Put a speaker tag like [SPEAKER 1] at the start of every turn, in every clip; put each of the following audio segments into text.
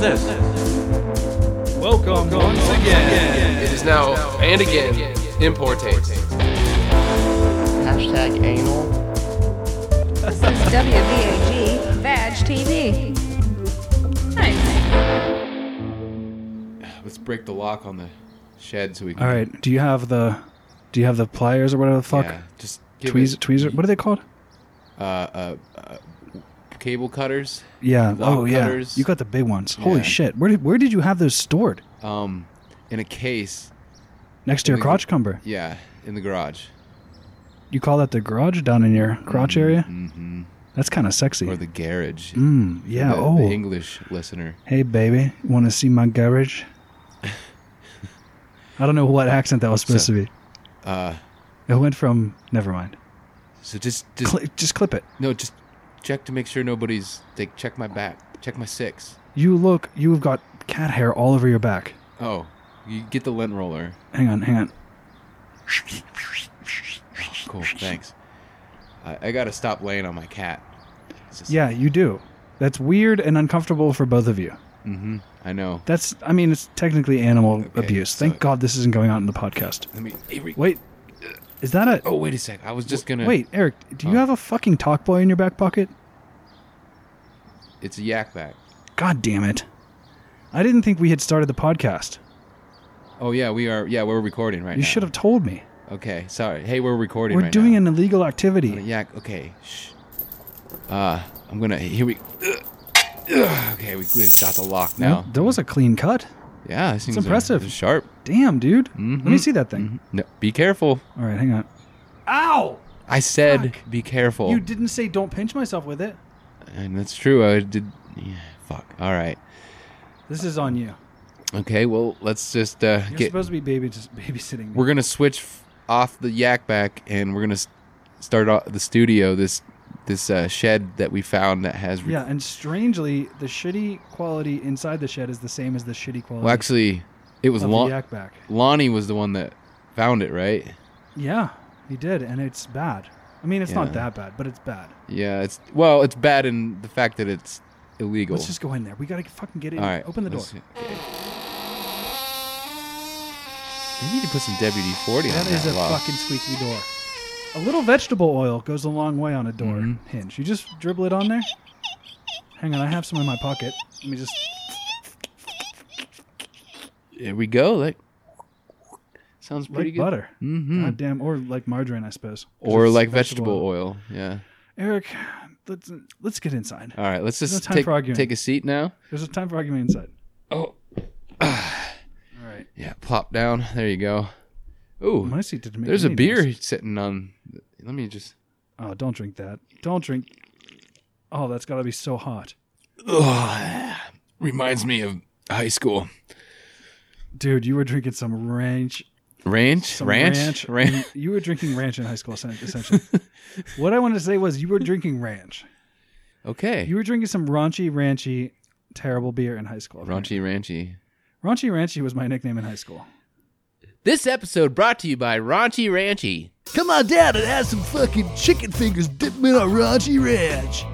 [SPEAKER 1] this?
[SPEAKER 2] Welcome once again.
[SPEAKER 3] It is now and again importate.
[SPEAKER 4] Hashtag anal.
[SPEAKER 5] This is WVAG Vag TV. Nice.
[SPEAKER 6] Let's break the lock on the shed so we can.
[SPEAKER 7] All right. Do you have the Do you have the pliers or whatever the fuck?
[SPEAKER 6] Yeah, just give
[SPEAKER 7] Tweez,
[SPEAKER 6] tweez.
[SPEAKER 7] tweezer. What are they called?
[SPEAKER 6] uh, uh, uh, cable cutters.
[SPEAKER 7] Yeah.
[SPEAKER 6] Lock
[SPEAKER 7] oh yeah.
[SPEAKER 6] cutters.
[SPEAKER 7] You got the big ones. Holy
[SPEAKER 6] Yeah.
[SPEAKER 7] shit. Where did Where did you have those stored?
[SPEAKER 6] Um, in a case.
[SPEAKER 7] Next to your
[SPEAKER 6] We-
[SPEAKER 7] crotch cumber.
[SPEAKER 6] Yeah, in the garage
[SPEAKER 7] You call that the garage down in your crotch area?
[SPEAKER 6] Mhm.
[SPEAKER 7] That's kind of sexy.
[SPEAKER 6] or the garage.
[SPEAKER 7] mm, yeah.
[SPEAKER 6] The-
[SPEAKER 7] oh.
[SPEAKER 6] the English listener.
[SPEAKER 7] hey baby, want to see my garage? I don't know what accent that was supposed
[SPEAKER 6] So-
[SPEAKER 7] to be.
[SPEAKER 6] Uh,
[SPEAKER 7] It went from. Never mind.
[SPEAKER 6] so just, just
[SPEAKER 7] Cli just clip it.
[SPEAKER 6] no, just check to make sure nobody's. Like, check my back. Check my six.
[SPEAKER 7] You look. You've got cat hair all over your back.
[SPEAKER 6] Oh, you get the lint roller.
[SPEAKER 7] Hang on. Hang on.
[SPEAKER 6] Cool, thanks. I, I gotta stop laying on my cat. It's just-
[SPEAKER 7] Yeah, you do. That's weird and uncomfortable for both of you.
[SPEAKER 6] I know.
[SPEAKER 7] That's, I mean, it's technically animal abuse.
[SPEAKER 6] so-
[SPEAKER 7] Thank God this isn't going on in the podcast.
[SPEAKER 6] Let me. Avery-
[SPEAKER 7] Wait, is that a?
[SPEAKER 6] Oh, wait a sec. I was just gonna.
[SPEAKER 7] Wait, Eric, do you
[SPEAKER 6] Huh?
[SPEAKER 7] have a fucking talk boy in your back pocket?
[SPEAKER 6] It's a yak back.
[SPEAKER 7] God damn it! I didn't think we had started the podcast.
[SPEAKER 6] Oh yeah, we are. Yeah, we're recording right
[SPEAKER 7] You
[SPEAKER 6] now.
[SPEAKER 7] should have told me.
[SPEAKER 6] Okay, sorry. Hey, we're recording.
[SPEAKER 7] We're
[SPEAKER 6] right
[SPEAKER 7] doing
[SPEAKER 6] now.
[SPEAKER 7] an illegal activity.
[SPEAKER 6] Uh, Yak. Okay. Shh. Uh, I'm gonna. Here we. Ugh. Ugh. Okay, we, we got the lock now.
[SPEAKER 7] Well, There was a clean cut.
[SPEAKER 6] Yeah, it seems uh,
[SPEAKER 7] impressive.
[SPEAKER 6] sharp.
[SPEAKER 7] Damn, dude.
[SPEAKER 6] Mm-hmm.
[SPEAKER 7] Let me see that thing.
[SPEAKER 6] No, be careful.
[SPEAKER 7] All right, hang on. Ow!
[SPEAKER 6] I said
[SPEAKER 7] Fuck.
[SPEAKER 6] be careful.
[SPEAKER 7] You didn't say don't pinch myself with it.
[SPEAKER 6] and that's true. I did. Yeah, fuck. All right.
[SPEAKER 7] This is on you.
[SPEAKER 6] Okay. Well, let's just uh,
[SPEAKER 7] You're
[SPEAKER 6] get.
[SPEAKER 7] supposed to be baby just babysitting me.
[SPEAKER 6] we're gonna switch f- off the yak back, and we're gonna s- start off the studio. This this uh, shed that we found that has. re-
[SPEAKER 7] Yeah, and strangely, the shitty quality inside the shed is the same as the shitty quality
[SPEAKER 6] Well, actually, it was
[SPEAKER 7] of
[SPEAKER 6] long.
[SPEAKER 7] the yak back.
[SPEAKER 6] Lonnie was the one that found it, right?
[SPEAKER 7] Yeah, he did, and it's bad. I mean, it's
[SPEAKER 6] Yeah.
[SPEAKER 7] not that bad, but it's bad.
[SPEAKER 6] Yeah, it's well, it's bad in the fact that it's illegal.
[SPEAKER 7] Let's just go in there. We gotta fucking get in.
[SPEAKER 6] all right.
[SPEAKER 7] Open the door.
[SPEAKER 6] let's see. We need to put some WD forty on
[SPEAKER 7] That
[SPEAKER 6] that.
[SPEAKER 7] is a
[SPEAKER 6] lock.
[SPEAKER 7] fucking squeaky door. A little vegetable oil goes a long way on a door
[SPEAKER 6] Mm-hmm.
[SPEAKER 7] hinge. You just dribble it on there. Hang on, I have some in my pocket. Let me just.
[SPEAKER 6] There we go. Like sounds pretty
[SPEAKER 7] Like
[SPEAKER 6] good.
[SPEAKER 7] butter.
[SPEAKER 6] Mhm.
[SPEAKER 7] Goddamn, or like margarine, I suppose. 'Cause
[SPEAKER 6] Or
[SPEAKER 7] it's
[SPEAKER 6] like vegetable oil. Yeah.
[SPEAKER 7] Eric, let's let's get inside.
[SPEAKER 6] All right. Let's just
[SPEAKER 7] time
[SPEAKER 6] take
[SPEAKER 7] for arguing.
[SPEAKER 6] take a seat now.
[SPEAKER 7] There's a time for argument inside.
[SPEAKER 6] Oh.
[SPEAKER 7] All right.
[SPEAKER 6] Yeah. Plop down. There you go. Ooh.
[SPEAKER 7] My seat didn't make
[SPEAKER 6] there's a
[SPEAKER 7] any
[SPEAKER 6] beer
[SPEAKER 7] noise.
[SPEAKER 6] sitting on. Let me just.
[SPEAKER 7] Oh, don't drink that. Don't drink. Oh, that's gotta be so hot,
[SPEAKER 6] Ugh. Reminds me of high school.
[SPEAKER 7] dude. You were drinking some ranch.
[SPEAKER 6] Ranch,
[SPEAKER 7] Some
[SPEAKER 6] ranch,
[SPEAKER 7] ranch.
[SPEAKER 6] ranch.
[SPEAKER 7] You were drinking ranch in high school, essen- essentially. what I wanted to say was you were drinking ranch.
[SPEAKER 6] Okay.
[SPEAKER 7] You were drinking some raunchy, ranchy, terrible beer in high school.
[SPEAKER 6] Raunchy Ranchy.
[SPEAKER 7] raunchy, ranchy was my nickname in high school.
[SPEAKER 6] This episode brought to you by Raunchy Ranchy.
[SPEAKER 8] Come on down and have some fucking chicken fingers dipping in our Raunchy Ranch.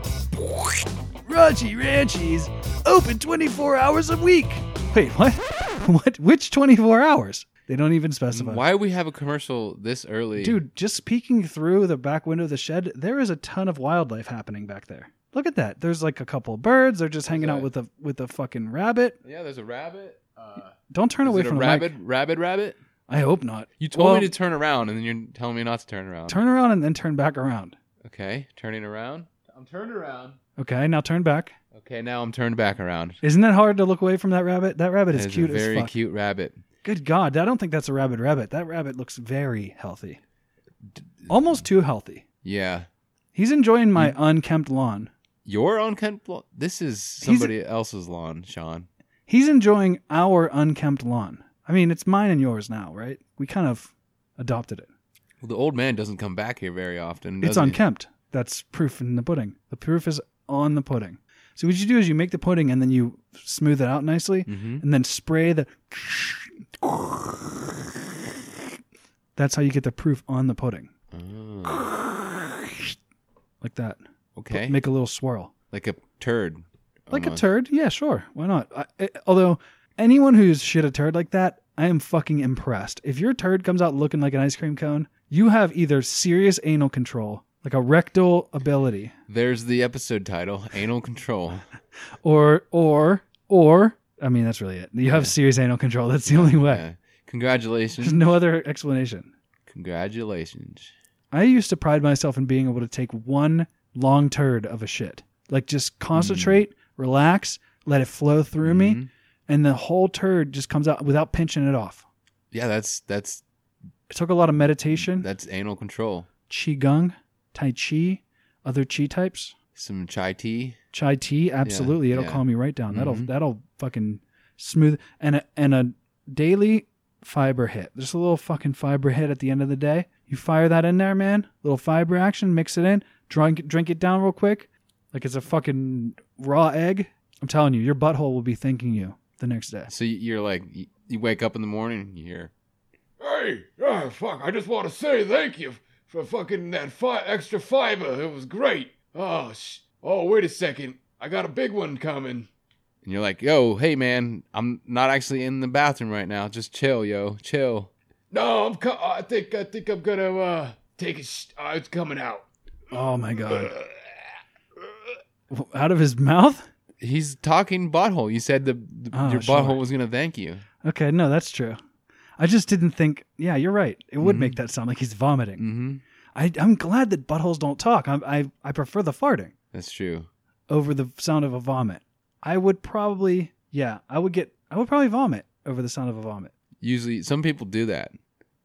[SPEAKER 8] Raunchy Ranchies, open 24 hours a week.
[SPEAKER 7] Wait, what? what? Which 24 hours? They don't even specify.
[SPEAKER 6] Why we have a commercial this early?
[SPEAKER 7] Dude, just peeking through the back window of the shed, there is a ton of wildlife happening back there. Look at that. There's like a couple of birds. They're just hanging out
[SPEAKER 6] that?
[SPEAKER 7] with a with a fucking rabbit.
[SPEAKER 6] Yeah, there's a rabbit. Uh,
[SPEAKER 7] Don't turn
[SPEAKER 6] is
[SPEAKER 7] away
[SPEAKER 6] it a
[SPEAKER 7] from the
[SPEAKER 6] rabbit?
[SPEAKER 7] mic.
[SPEAKER 6] Rabbit, rabbit?
[SPEAKER 7] I hope not.
[SPEAKER 6] You told
[SPEAKER 7] Well,
[SPEAKER 6] me to turn around and then you're telling me not to turn around.
[SPEAKER 7] turn around and then turn back around.
[SPEAKER 6] okay, turning around. I'm turned around.
[SPEAKER 7] Okay, now turn back.
[SPEAKER 6] Okay, now I'm turned back around.
[SPEAKER 7] Isn't that hard to look away from that rabbit? That rabbit is
[SPEAKER 6] That is
[SPEAKER 7] cute
[SPEAKER 6] a very
[SPEAKER 7] as fuck.
[SPEAKER 6] cute rabbit.
[SPEAKER 7] Good God, I don't think that's a rabbit rabbit. That rabbit looks very healthy. Almost too healthy.
[SPEAKER 6] Yeah.
[SPEAKER 7] He's enjoying my unkempt lawn.
[SPEAKER 6] Your own kind This is somebody else's lawn, Sean.
[SPEAKER 7] He's enjoying our unkempt lawn. I mean, it's mine and yours now, right? We kind of adopted it.
[SPEAKER 6] Well, the old man doesn't come back here very often.
[SPEAKER 7] it's
[SPEAKER 6] does he?
[SPEAKER 7] unkempt. That's proof in the pudding. The proof is on the pudding. So what you do is you make the pudding and then you smooth it out nicely
[SPEAKER 6] Mm-hmm.
[SPEAKER 7] and then spray the That's how you get the proof on the pudding. Like that.
[SPEAKER 6] Okay.
[SPEAKER 7] Make a little swirl.
[SPEAKER 6] like a turd.
[SPEAKER 7] like a
[SPEAKER 6] Unless-
[SPEAKER 7] turd. Yeah, sure. Why not? I, I- although anyone who's shit a turd like that, I am fucking impressed. If your turd comes out looking like an ice cream cone, you have either serious anal control, like a rectal ability,
[SPEAKER 6] There's the episode title, Anal Control.
[SPEAKER 7] or or or I mean that's really it. You have serious anal control. That's the only way.
[SPEAKER 6] Yeah.
[SPEAKER 7] There's
[SPEAKER 6] Congratulations.
[SPEAKER 7] no other explanation.
[SPEAKER 6] Congratulations.
[SPEAKER 7] I used to pride myself in being able to take one long turd of a shit. Like just concentrate,
[SPEAKER 6] Mm.
[SPEAKER 7] relax, let it flow through me,
[SPEAKER 6] Mhm.
[SPEAKER 7] and the whole turd just comes out without pinching it off.
[SPEAKER 6] Yeah, that's that's
[SPEAKER 7] It took a lot of meditation,
[SPEAKER 6] that's anal control.
[SPEAKER 7] qigong, tai chi, other chi types,
[SPEAKER 6] Some chai tea.
[SPEAKER 7] chai tea. Absolutely, it'll
[SPEAKER 6] yeah.
[SPEAKER 7] calm you right down. That'll
[SPEAKER 6] Mhm.
[SPEAKER 7] that'll fucking smooth and a, and a daily fiber hit. Just a little fucking fiber hit at the end of the day. You fire that in there, man. Little fiber action, mix it in, drink drink it down real quick, like it's a fucking raw egg. I'm telling you, your butthole will be thanking you the next day.
[SPEAKER 6] So you- you're like you- you wake up in the morning, you hear
[SPEAKER 1] Hey, ah, fuck, I just want to say thank you for fucking that fi- extra fiber. It was great. Oh, sh- oh, wait a second. I got a big one coming.
[SPEAKER 6] and you're like, "Yo, hey man, I'm not actually in the bathroom right now. Just chill, yo. Chill."
[SPEAKER 1] No, I'm co- I think I think I'm gonna uh take a sh- uh, it's coming out.
[SPEAKER 7] Oh my god! Out of his mouth.
[SPEAKER 6] He's talking butthole. You said the, the
[SPEAKER 7] Oh,
[SPEAKER 6] your
[SPEAKER 7] sure.
[SPEAKER 6] butthole was going to thank you.
[SPEAKER 7] Okay, no, that's true. I just didn't think. Yeah, you're right. It would make that sound like he's vomiting.
[SPEAKER 6] Mhm.
[SPEAKER 7] I, I'm glad that buttholes don't talk. I'm, I I prefer the farting
[SPEAKER 6] That's true.
[SPEAKER 7] over the sound of a vomit. I would probably yeah. I would get. I would probably vomit over the sound of a vomit
[SPEAKER 6] Usually some people do that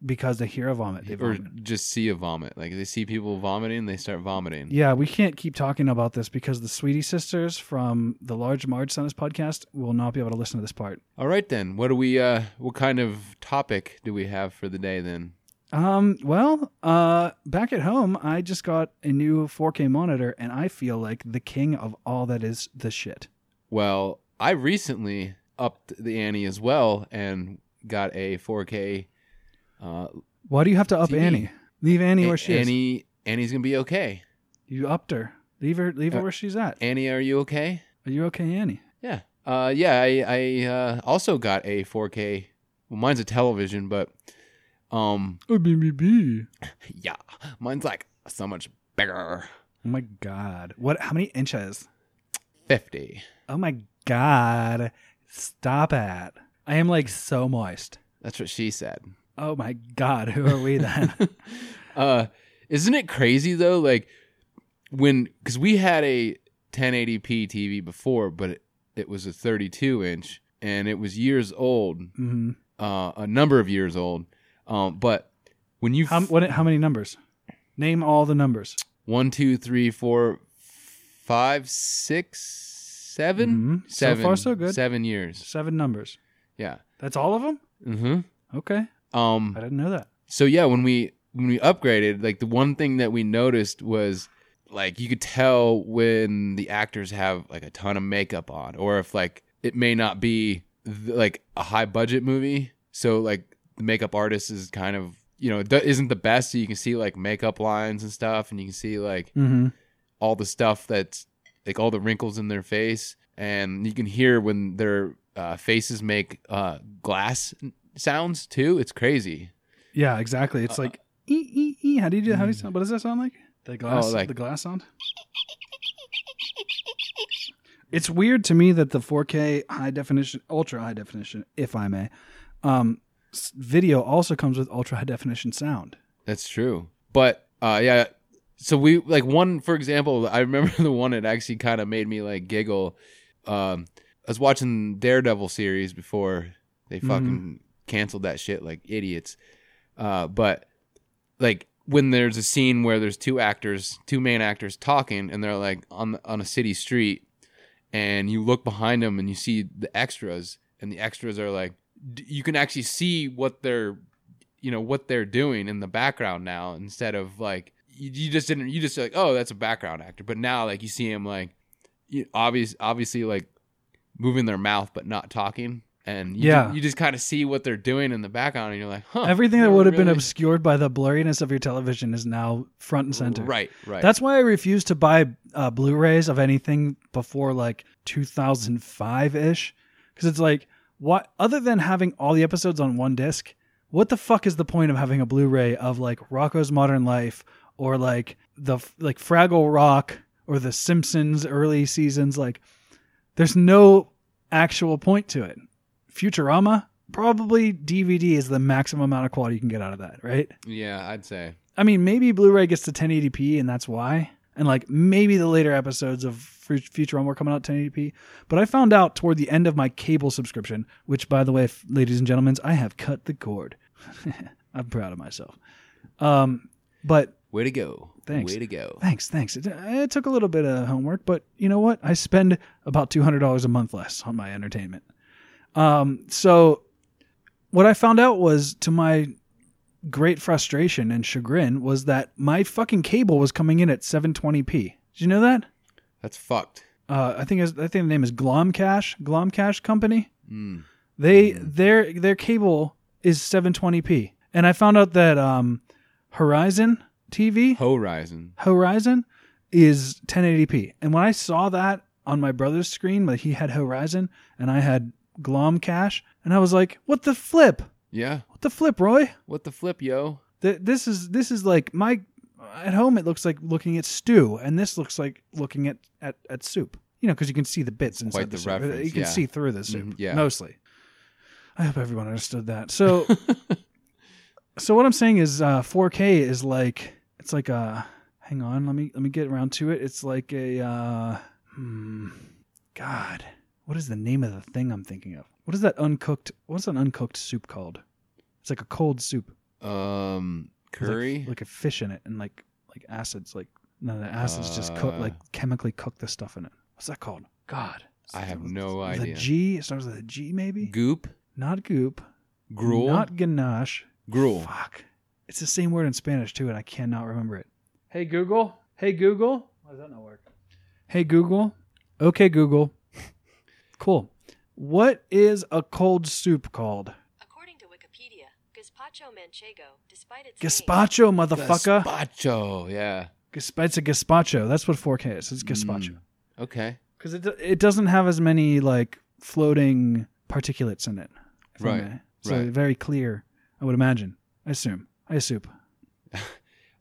[SPEAKER 7] because they hear a vomit. They
[SPEAKER 6] or
[SPEAKER 7] vomit.
[SPEAKER 6] just see a vomit. Like they see people vomiting, they start vomiting.
[SPEAKER 7] Yeah, we can't keep talking about this because the Sweetie Sisters from the Large Marge Sons podcast will not be able to listen to this part.
[SPEAKER 6] All right then. What do we uh what kind of topic do we have for the day then?
[SPEAKER 7] Um, well, uh, back at home, I just got a new 4K monitor and I feel like the king of all that is the shit.
[SPEAKER 6] Well, I recently upped the ante as well and got a 4K uh
[SPEAKER 7] Why do you have to up
[SPEAKER 6] TV.
[SPEAKER 7] Annie? Leave Annie where
[SPEAKER 6] A-
[SPEAKER 7] she is.
[SPEAKER 6] Annie Annie's going to be okay.
[SPEAKER 7] You upped her. Leave her. Leave her
[SPEAKER 6] Uh,
[SPEAKER 7] where she's at.
[SPEAKER 6] Annie, are you okay?
[SPEAKER 7] Are you okay, Annie?
[SPEAKER 6] Yeah. Uh yeah, I I uh also got a 4K. Well, mine's a television, but um
[SPEAKER 7] Oh, baby.
[SPEAKER 6] yeah, mine's like so much bigger.
[SPEAKER 7] Oh my god. What? How many inches?
[SPEAKER 6] 50.
[SPEAKER 7] Oh my god. Stop it. I am like so moist.
[SPEAKER 6] That's what she said.
[SPEAKER 7] Oh my god. Who are we then?
[SPEAKER 6] uh isn't it crazy though like when because we had a 1080p tv before but it, it was a 32 inch and it was years old
[SPEAKER 7] Mhm.
[SPEAKER 6] uh a number of years old um but when you
[SPEAKER 7] How
[SPEAKER 6] f-
[SPEAKER 7] what? How many numbers? Name all the numbers.
[SPEAKER 6] one two three four five six seven
[SPEAKER 7] Mhm. So
[SPEAKER 6] seven
[SPEAKER 7] far, so good.
[SPEAKER 6] seven years
[SPEAKER 7] Seven numbers.
[SPEAKER 6] yeah
[SPEAKER 7] That's all of them.
[SPEAKER 6] mm-hmm
[SPEAKER 7] Okay.
[SPEAKER 6] um
[SPEAKER 7] I didn't know that.
[SPEAKER 6] so yeah when we when we upgraded like the one thing that we noticed was like you could tell when the actors have like a ton of makeup on or if like it may not be th- like a high budget movie so like the makeup artist is kind of you know d- isn't the best so you can see like makeup lines and stuff and you can see like
[SPEAKER 7] Mm-hmm.
[SPEAKER 6] all the stuff that's like all the wrinkles in their face and you can hear when their uh, faces make uh, glass n- sounds too it's crazy
[SPEAKER 7] Yeah. Exactly. It's
[SPEAKER 6] Uh,
[SPEAKER 7] like e e e. How do you do? How do you sound? What does that sound like? The glass.
[SPEAKER 6] like-
[SPEAKER 7] the glass sound. It's weird to me that the 4K high definition, ultra high definition, if I may, um, s- video also comes with ultra high definition sound.
[SPEAKER 6] That's true. But uh yeah, so we like one for example, I remember the one that actually kind of made me like giggle. Um I was watching Daredevil series before they fucking canceled that shit like idiots. Uh but like when there's a scene where there's two actors, two main actors talking and they're like on on a city street and you look behind them and you see the extras and the extras are like d- you can actually see what they're you know what they're doing in the background now instead of like you, you just didn't you just like oh that's a background actor but now like you see him like you, obvious obviously like moving their mouth but not talking and you
[SPEAKER 7] Yeah.
[SPEAKER 6] ju- you just kind of see what they're doing in the background and you're like huh
[SPEAKER 7] Everything that
[SPEAKER 6] they're
[SPEAKER 7] would have been
[SPEAKER 6] really-
[SPEAKER 7] obscured by the blurriness of your television is now front and center.
[SPEAKER 6] right right
[SPEAKER 7] That's why I refuse to buy uh, Blu-rays of anything before like 2005 ish, because it's like what other than having all the episodes on one disc, what the fuck is the point of having a Blu-ray of like Rocco's Modern Life or like the like Fraggle Rock or the Simpsons early seasons? Like, there's no actual point to it. Futurama probably DVD is the maximum amount of quality you can get out of that, right?
[SPEAKER 6] Yeah, I'd say.
[SPEAKER 7] I mean, maybe Blu-ray gets to 1080p, and that's why. And like maybe the later episodes of Futurama were coming out 1080p. But I found out toward the end of my cable subscription, which, by the way, f- ladies and gentlemen, I have cut the cord. I'm proud of myself. Um, but
[SPEAKER 6] Way to go.
[SPEAKER 7] Thanks.
[SPEAKER 6] Way to go.
[SPEAKER 7] thanks, thanks. It, it took a little bit of homework, but you know what? I spend about two hundred dollars a month less on my entertainment. Um, so what I found out was, to my great frustration and chagrin, was that my fucking cable was coming in at 720p. Did you know that?
[SPEAKER 6] That's fucked.
[SPEAKER 7] uh, I think it's- I think the name is Glomcash Glomcash Company.
[SPEAKER 6] Hmm.
[SPEAKER 7] They their their cable is 720p, and I found out that um, Horizon TV
[SPEAKER 6] Horizon.
[SPEAKER 7] Horizon is 1080p, and when I saw that on my brother's screen, like he had Horizon and I had Glomcash, and I was like, "What the flip?
[SPEAKER 6] Yeah.
[SPEAKER 7] What the flip, Roy?
[SPEAKER 6] What the flip, yo?
[SPEAKER 7] Th- this is this is like my at home it looks like looking at stew and this looks like looking at at, at soup you know because you can see the bits inside
[SPEAKER 6] quite the
[SPEAKER 7] the, soup. Uh,
[SPEAKER 6] reference,
[SPEAKER 7] you can
[SPEAKER 6] yeah.
[SPEAKER 7] see through the soup
[SPEAKER 6] Mhm, yeah.
[SPEAKER 7] mostly i hope everyone understood that so so what i'm saying is uh 4k is like it's like a hang on let me let me get around to it it's like a uh hmm, god what is the name of the thing i'm thinking of what is that uncooked what's an uncooked soup called it's like a cold soup
[SPEAKER 6] Um,
[SPEAKER 7] with, like,
[SPEAKER 6] curry.
[SPEAKER 7] f- like, a fish in it, and like like acids, like no, the acids just cook
[SPEAKER 6] Uh,
[SPEAKER 7] like chemically cook the stuff in it. What's that called? God,
[SPEAKER 6] I
[SPEAKER 7] Starts
[SPEAKER 6] have
[SPEAKER 7] with-
[SPEAKER 6] no
[SPEAKER 7] with
[SPEAKER 6] idea.
[SPEAKER 7] A G it starts with a G, maybe
[SPEAKER 6] Goop.
[SPEAKER 7] not goop,
[SPEAKER 6] Gruel.
[SPEAKER 7] not ganache,
[SPEAKER 6] Gruel.
[SPEAKER 7] Fuck, it's the same word in Spanish too, and I cannot remember it. Hey Google, hey Google, why does that not work? Hey Google, okay Google, cool. What is a cold soup called?
[SPEAKER 2] According to Wikipedia, gazpacho manchego, despite its name,
[SPEAKER 7] Gazpacho, motherfucker.
[SPEAKER 6] Gazpacho. Yeah.
[SPEAKER 7] Gasp- it's a gazpacho. That's what 4K is. It's gazpacho.
[SPEAKER 6] Okay.
[SPEAKER 7] because it do- it doesn't have as many like floating particulates in it, if I
[SPEAKER 6] Right,
[SPEAKER 7] may. So
[SPEAKER 6] right.
[SPEAKER 7] very clear, I would imagine. I assume. I assume.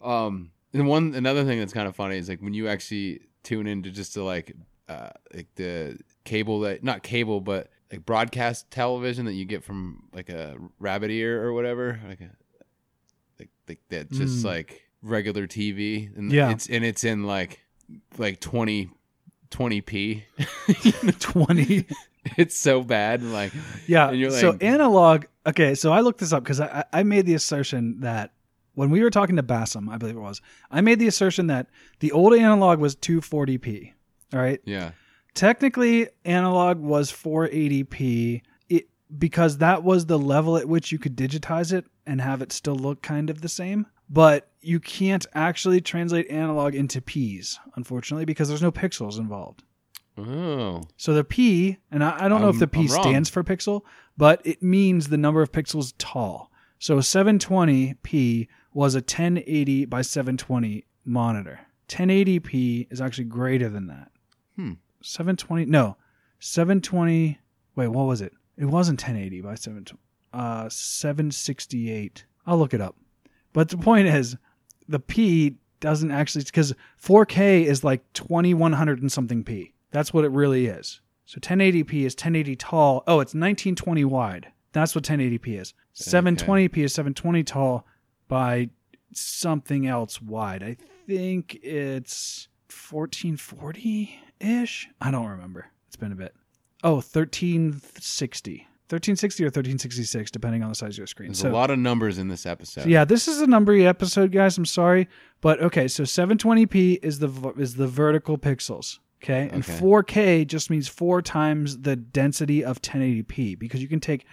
[SPEAKER 6] Um, and one another thing that's kind of funny is like when you actually tune into just the like, uh, like the cable that not cable but like broadcast television that you get from like a rabbit ear or whatever, like a, like like that just
[SPEAKER 7] Mm.
[SPEAKER 6] like regular TV and
[SPEAKER 7] Yeah.
[SPEAKER 6] it's and it's in like like 20 20p.
[SPEAKER 7] Twenty.
[SPEAKER 6] it's so bad and like
[SPEAKER 7] Yeah.
[SPEAKER 6] And you're
[SPEAKER 7] so
[SPEAKER 6] like-
[SPEAKER 7] analog. Okay. So I looked this up because I I I made the assertion that when we were talking to Bassam, I believe it was, I made the assertion that the old analog was 240p. All right.
[SPEAKER 6] yeah.
[SPEAKER 7] technically analog was 480p it, because that was the level at which you could digitize it and have it still look kind of the same but you can't actually translate analog into p's unfortunately because there's no pixels involved
[SPEAKER 6] Oh.
[SPEAKER 7] so the p and i, I don't know if
[SPEAKER 6] I'm-
[SPEAKER 7] the p
[SPEAKER 6] I'm wrong.
[SPEAKER 7] stands for pixel but it means the number of pixels tall so 720p was a 1080 by 720 monitor 1080p is actually greater than that
[SPEAKER 6] Hmm.
[SPEAKER 7] 720 no 720 wait what was it it wasn't 1080 by 720 uh 768 i'll look it up but the point is the p doesn't actually because 4k is like 2100 and something p that's what it really is so 1080p is 1080 tall oh it's 1920 wide that's what 1080p is 720p is 720 tall by something else wide i think it's 1440 ish. I don't remember. It's been a bit. Oh, 1360. 1360 or 1366, depending on the size of your screen.
[SPEAKER 6] There's
[SPEAKER 7] So,
[SPEAKER 6] a lot of numbers in this episode.
[SPEAKER 7] yeah, this is a numbery episode, guys. I'm sorry, but okay. So 720p is the v- is the vertical pixels. Okay, and
[SPEAKER 6] Okay.
[SPEAKER 7] 4K just means four times the density of 1080p because you can take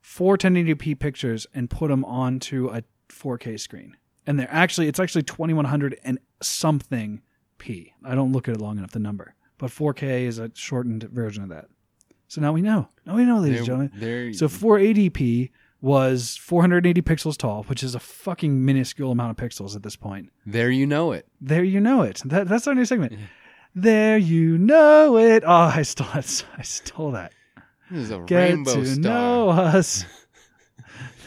[SPEAKER 7] four 1080p pictures and put them onto a 4K screen, and they're actually it's actually 2100 and something p. I don't look at it long enough the number, but 4K is a shortened version of that. So now we know. Now we know, ladies and
[SPEAKER 6] There-
[SPEAKER 7] gentlemen.
[SPEAKER 6] there-
[SPEAKER 7] So 480p was 480 pixels tall, which is a fucking minuscule amount of pixels at this point.
[SPEAKER 6] There you know it.
[SPEAKER 7] There you know it. That, that's our new segment. There you know it. Oh, I stole that. I stole that.
[SPEAKER 6] This is a
[SPEAKER 7] Get
[SPEAKER 6] rainbow
[SPEAKER 7] to
[SPEAKER 6] star.
[SPEAKER 7] know us.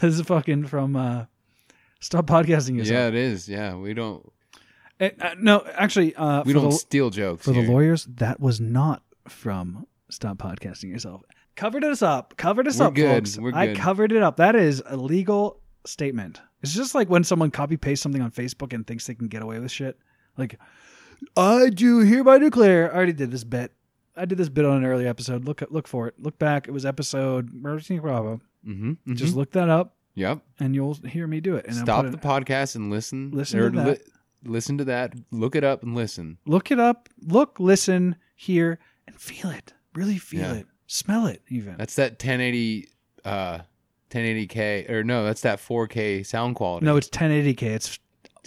[SPEAKER 7] this is fucking from uh, Stop Podcasting
[SPEAKER 6] Yeah,
[SPEAKER 7] Yourself.
[SPEAKER 6] it is. Yeah, we don't
[SPEAKER 7] Yeah. no, actually, uh,
[SPEAKER 6] we
[SPEAKER 7] for
[SPEAKER 6] don't
[SPEAKER 7] the,
[SPEAKER 6] steal jokes
[SPEAKER 7] for the
[SPEAKER 6] here.
[SPEAKER 7] lawyers, that was not from Stop Podcasting Yourself. Covered us up. Covered us
[SPEAKER 6] We're
[SPEAKER 7] up,
[SPEAKER 6] good.
[SPEAKER 7] folks.
[SPEAKER 6] We're
[SPEAKER 7] I
[SPEAKER 6] good.
[SPEAKER 7] covered it up. That is a legal statement. It's just like when someone copy pastes something on Facebook and thinks they can get away with shit. Like, I do hereby declare. I already did this bit. I did this bit on an early episode. Look look for it. Look back. It was episode Emergency Bravo.
[SPEAKER 6] Mm-hmm,
[SPEAKER 7] Just look that up,
[SPEAKER 6] yep.
[SPEAKER 7] and you'll hear me do it. And I'll
[SPEAKER 6] Stop
[SPEAKER 7] put
[SPEAKER 6] the
[SPEAKER 7] it-
[SPEAKER 6] podcast and listen.
[SPEAKER 7] Listen
[SPEAKER 6] or
[SPEAKER 7] to that.
[SPEAKER 6] listen to that. Look it up and listen.
[SPEAKER 7] Look it up. Look, listen, hear, and feel it. Really feel
[SPEAKER 6] Yeah.
[SPEAKER 7] it. Smell it. Even
[SPEAKER 6] That's that 1080 uh 1080k or no, that's that 4K sound quality.
[SPEAKER 7] no, it's 1080k. It's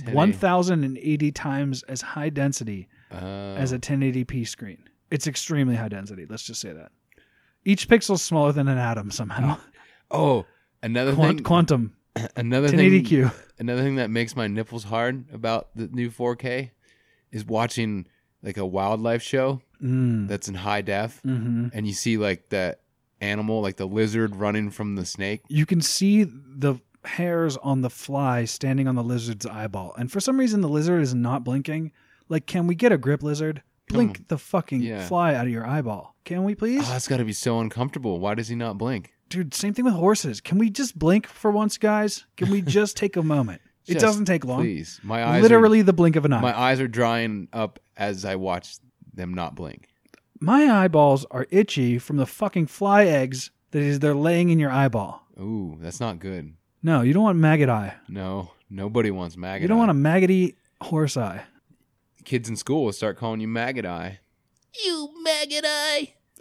[SPEAKER 6] 1080.
[SPEAKER 7] 1,080 times as high density
[SPEAKER 6] Uh,
[SPEAKER 7] as a 1080p screen. It's extremely high density. Let's just say that. Each pixel's smaller than an atom somehow.
[SPEAKER 6] oh, another
[SPEAKER 7] Quant-
[SPEAKER 6] thing
[SPEAKER 7] quantum
[SPEAKER 6] another thing
[SPEAKER 7] 1080q.
[SPEAKER 6] another thing that makes my nipples hard about the new 4K is watching like a wildlife show
[SPEAKER 7] Mm.
[SPEAKER 6] that's in high def
[SPEAKER 7] hmm
[SPEAKER 6] and you see like that animal like the lizard running from the snake.
[SPEAKER 7] you can see the hairs on the fly standing on the lizard's eyeball. And for some reason, the lizard is not blinking. Like, can we get a grip lizard?
[SPEAKER 6] Come
[SPEAKER 7] Blink the fucking
[SPEAKER 6] Yeah.
[SPEAKER 7] fly out of your eyeball. Can we please?
[SPEAKER 6] Oh, that's got to be so uncomfortable. Why does he not blink?
[SPEAKER 7] Dude, same thing with horses. Can we just blink for once, guys? Can we just take a moment? It
[SPEAKER 6] Just
[SPEAKER 7] doesn't take long.
[SPEAKER 6] Please. My eyes
[SPEAKER 7] Literally the blink of an eye.
[SPEAKER 6] are, my
[SPEAKER 7] My,
[SPEAKER 6] eyes are drying up as I watch them not blink.
[SPEAKER 7] eyeballs are itchy from the fucking fly eggs that is they're laying in your eyeball.
[SPEAKER 6] Ooh, that's not good.
[SPEAKER 7] No, you don't want maggot eye.
[SPEAKER 6] No, nobody wants maggot.
[SPEAKER 7] you don't
[SPEAKER 6] eye.
[SPEAKER 7] want a maggoty horse eye.
[SPEAKER 6] kids in school will start calling you maggot eye.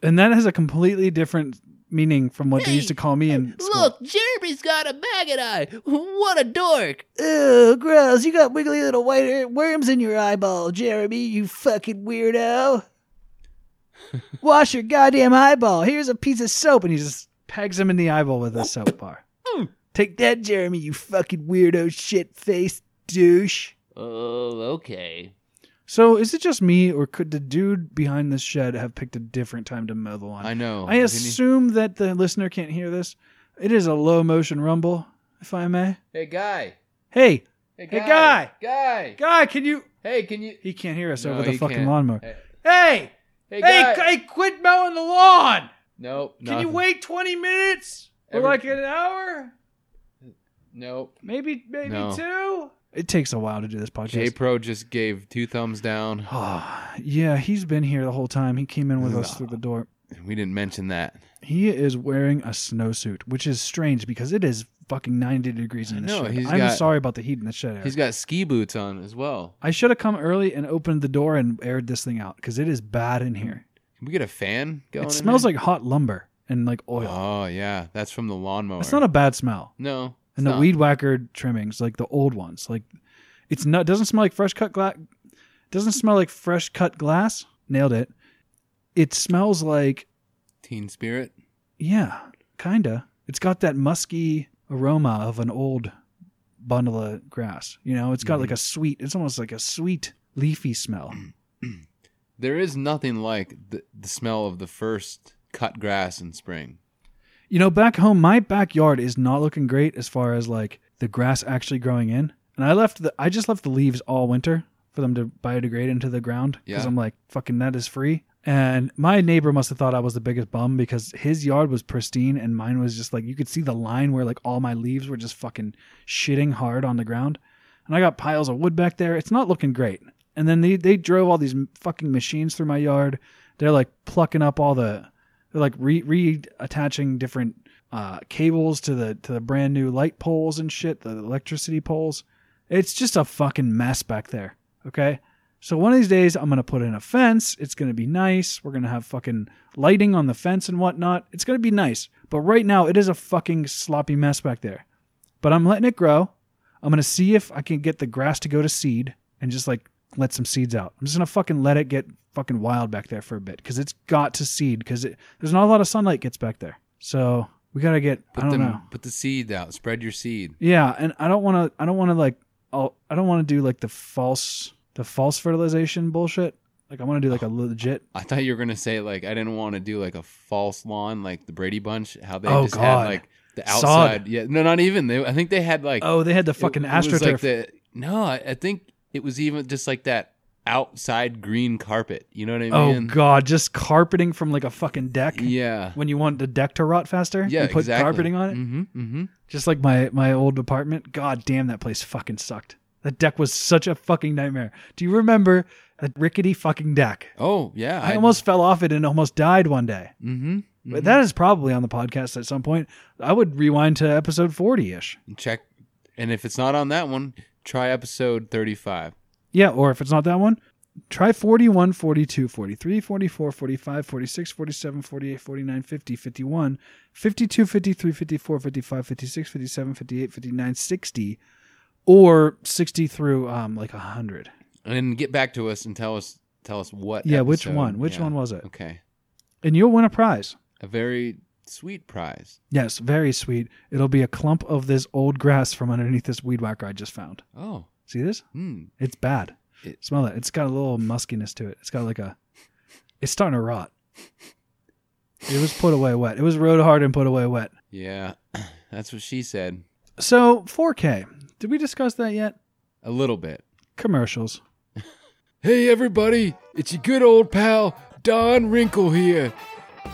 [SPEAKER 7] And that has a completely different meaning from what they used to call me in school.
[SPEAKER 4] Look, Jeremy's got a maggot eye. What a dork.
[SPEAKER 8] Oh, gross. You got wiggly little white er- worms in your eyeball, Jeremy, you fucking weirdo.
[SPEAKER 7] wash your goddamn eyeball. Here's a piece of soap, and he just pegs him in the eyeball with a soap bar. Take that, Jeremy, you fucking weirdo shit face douche.
[SPEAKER 4] Oh, okay.
[SPEAKER 7] So is it just me, or could the dude behind this shed have picked a different time to mow the lawn?
[SPEAKER 6] I know.
[SPEAKER 7] I
[SPEAKER 6] Isn't he-
[SPEAKER 7] assume that the listener can't hear this. It is a low motion rumble, if I may.
[SPEAKER 6] Hey guy.
[SPEAKER 7] Hey,
[SPEAKER 6] Hey
[SPEAKER 7] Hey, guy.
[SPEAKER 6] Guy.
[SPEAKER 7] guy, can you?
[SPEAKER 6] Hey, can you?
[SPEAKER 7] He can't hear us
[SPEAKER 6] No,
[SPEAKER 7] over the
[SPEAKER 6] he
[SPEAKER 7] fucking
[SPEAKER 6] can't.
[SPEAKER 7] lawnmower.
[SPEAKER 6] Hey,
[SPEAKER 7] Hey,
[SPEAKER 6] hey,
[SPEAKER 7] hey,
[SPEAKER 6] guy.
[SPEAKER 7] hey, quit mowing the lawn.
[SPEAKER 6] Nope.
[SPEAKER 7] Can you
[SPEAKER 6] nothing.
[SPEAKER 7] wait 20 minutes? Or
[SPEAKER 6] Every-
[SPEAKER 7] like an hour?
[SPEAKER 6] Nope.
[SPEAKER 7] Maybe maybe
[SPEAKER 6] No.
[SPEAKER 7] two? It takes a while to do this
[SPEAKER 6] J
[SPEAKER 7] podcast.
[SPEAKER 6] Pro just gave two thumbs down.
[SPEAKER 7] Ah, yeah, he's been here the whole time. He came in with us through the door.
[SPEAKER 6] We didn't mention that.
[SPEAKER 7] He is wearing a snowsuit, which is strange because it is fucking 90 degrees in this
[SPEAKER 6] know,
[SPEAKER 7] shed.
[SPEAKER 6] he's
[SPEAKER 7] I'm
[SPEAKER 6] got-
[SPEAKER 7] sorry about the heat in the shed. Eric.
[SPEAKER 6] He's got ski boots on as well.
[SPEAKER 7] I should have come early and opened the door and aired this thing out because it is bad in here.
[SPEAKER 6] Can we get a fan going?
[SPEAKER 7] It smells like hot lumber and like oil.
[SPEAKER 6] Oh yeah, that's from the lawnmower.
[SPEAKER 7] It's not a bad smell.
[SPEAKER 6] No.
[SPEAKER 7] and
[SPEAKER 6] it's
[SPEAKER 7] the
[SPEAKER 6] not.
[SPEAKER 7] weed whacker trimmings, like the old ones. Like it's not doesn't smell like fresh cut glass. Doesn't smell like fresh cut glass. Nailed it. It smells like
[SPEAKER 6] Teen Spirit.
[SPEAKER 7] yeah, kinda. It's got that musky aroma of an old bundle of grass. You know, it's got like a sweet. It's almost like a sweet leafy smell.
[SPEAKER 6] There is nothing like the, the smell of the first cut grass in spring.
[SPEAKER 7] You know, back home, my backyard is not looking great as far as like the grass actually growing in. And I left the I just left the leaves all winter for them to biodegrade into the ground because
[SPEAKER 6] Yeah.
[SPEAKER 7] I'm like, fucking that is free. And my neighbor must have thought I was the biggest bum because his yard was pristine and mine was just like you could see the line where like all my leaves were just fucking shitting hard on the ground. And I got piles of wood back there. It's not looking great. And then they they drove all these fucking machines through my yard. They're like plucking up all the they're like re reattaching different uh, cables to the to the brand new light poles and shit, the electricity poles. It's just a fucking mess back there. Okay. So one of these days I'm gonna put in a fence. It's gonna be nice. We're gonna have fucking lighting on the fence and whatnot. It's gonna be nice. But right now it is a fucking sloppy mess back there. But I'm letting it grow. I'm gonna see if I can get the grass to go to seed and just like let some seeds out. I'm just gonna fucking let it get fucking wild back there for a bit because it's got to seed because there's not a lot of sunlight gets back there. So we gotta get.
[SPEAKER 6] Put
[SPEAKER 7] I don't
[SPEAKER 6] them,
[SPEAKER 7] know.
[SPEAKER 6] Put the seed out. Spread your seed.
[SPEAKER 7] Yeah, and I don't want to. I don't want to like. I'll, I don't want to do like the false the false fertilization bullshit. Like I want to do like a legit.
[SPEAKER 6] I thought you were gonna say like I didn't want to do like a false lawn like the Brady Bunch, how they
[SPEAKER 7] Oh,
[SPEAKER 6] just
[SPEAKER 7] God.
[SPEAKER 6] had like the
[SPEAKER 7] Sod.
[SPEAKER 6] outside. Yeah, no, not even. They, I think they had like
[SPEAKER 7] Oh, they had the
[SPEAKER 6] it-
[SPEAKER 7] fucking
[SPEAKER 6] it was
[SPEAKER 7] astroturf.
[SPEAKER 6] like the- no, I, I think it was even just like that outside green carpet. You know what I
[SPEAKER 7] oh
[SPEAKER 6] mean?
[SPEAKER 7] god, just carpeting from like a fucking deck.
[SPEAKER 6] Yeah.
[SPEAKER 7] When you want the deck to rot faster,
[SPEAKER 6] Yeah,
[SPEAKER 7] you put
[SPEAKER 6] exactly.
[SPEAKER 7] carpeting on it.
[SPEAKER 6] Mm-hmm, mm-hmm.
[SPEAKER 7] Just like my my old apartment. God damn, that place fucking sucked. That deck was such a fucking nightmare. Do you remember that rickety fucking deck?
[SPEAKER 6] Oh yeah,
[SPEAKER 7] I, almost fell off it and almost died one day.
[SPEAKER 6] mm-hmm,
[SPEAKER 7] But that is probably on the podcast at some point. I would rewind to episode 40 ish.
[SPEAKER 6] check. And if it's not on that one, try episode thirty-five.
[SPEAKER 7] Yeah, or if it's not that one, try 41, 42, 43, 44, 45, 46, 47, 48, 49, 50, 51, 52, 53, 54, 55, 56, 57, 58, 59, 60, or 60 through um like 100.
[SPEAKER 6] and get back to us and tell us tell us what.
[SPEAKER 7] Yeah, which
[SPEAKER 6] episode.
[SPEAKER 7] one? Which
[SPEAKER 6] Yeah.
[SPEAKER 7] one was it?
[SPEAKER 6] Okay,
[SPEAKER 7] And you'll win a prize.
[SPEAKER 6] a very sweet prize.
[SPEAKER 7] Yes, very sweet. It'll be a clump of this old grass from underneath this weed whacker I just found.
[SPEAKER 6] Oh,
[SPEAKER 7] See this?
[SPEAKER 6] hmm.
[SPEAKER 7] It's bad.
[SPEAKER 6] It-
[SPEAKER 7] Smell that. It's got a little muskiness to it. It's got like a. It's starting to rot. It was put away wet. It was rode hard and put away wet.
[SPEAKER 6] yeah, that's what she said.
[SPEAKER 7] So 4K. Did we discuss that yet?
[SPEAKER 6] A little bit.
[SPEAKER 7] Commercials.
[SPEAKER 6] Hey everybody, it's your good old pal Don Wrinkle here,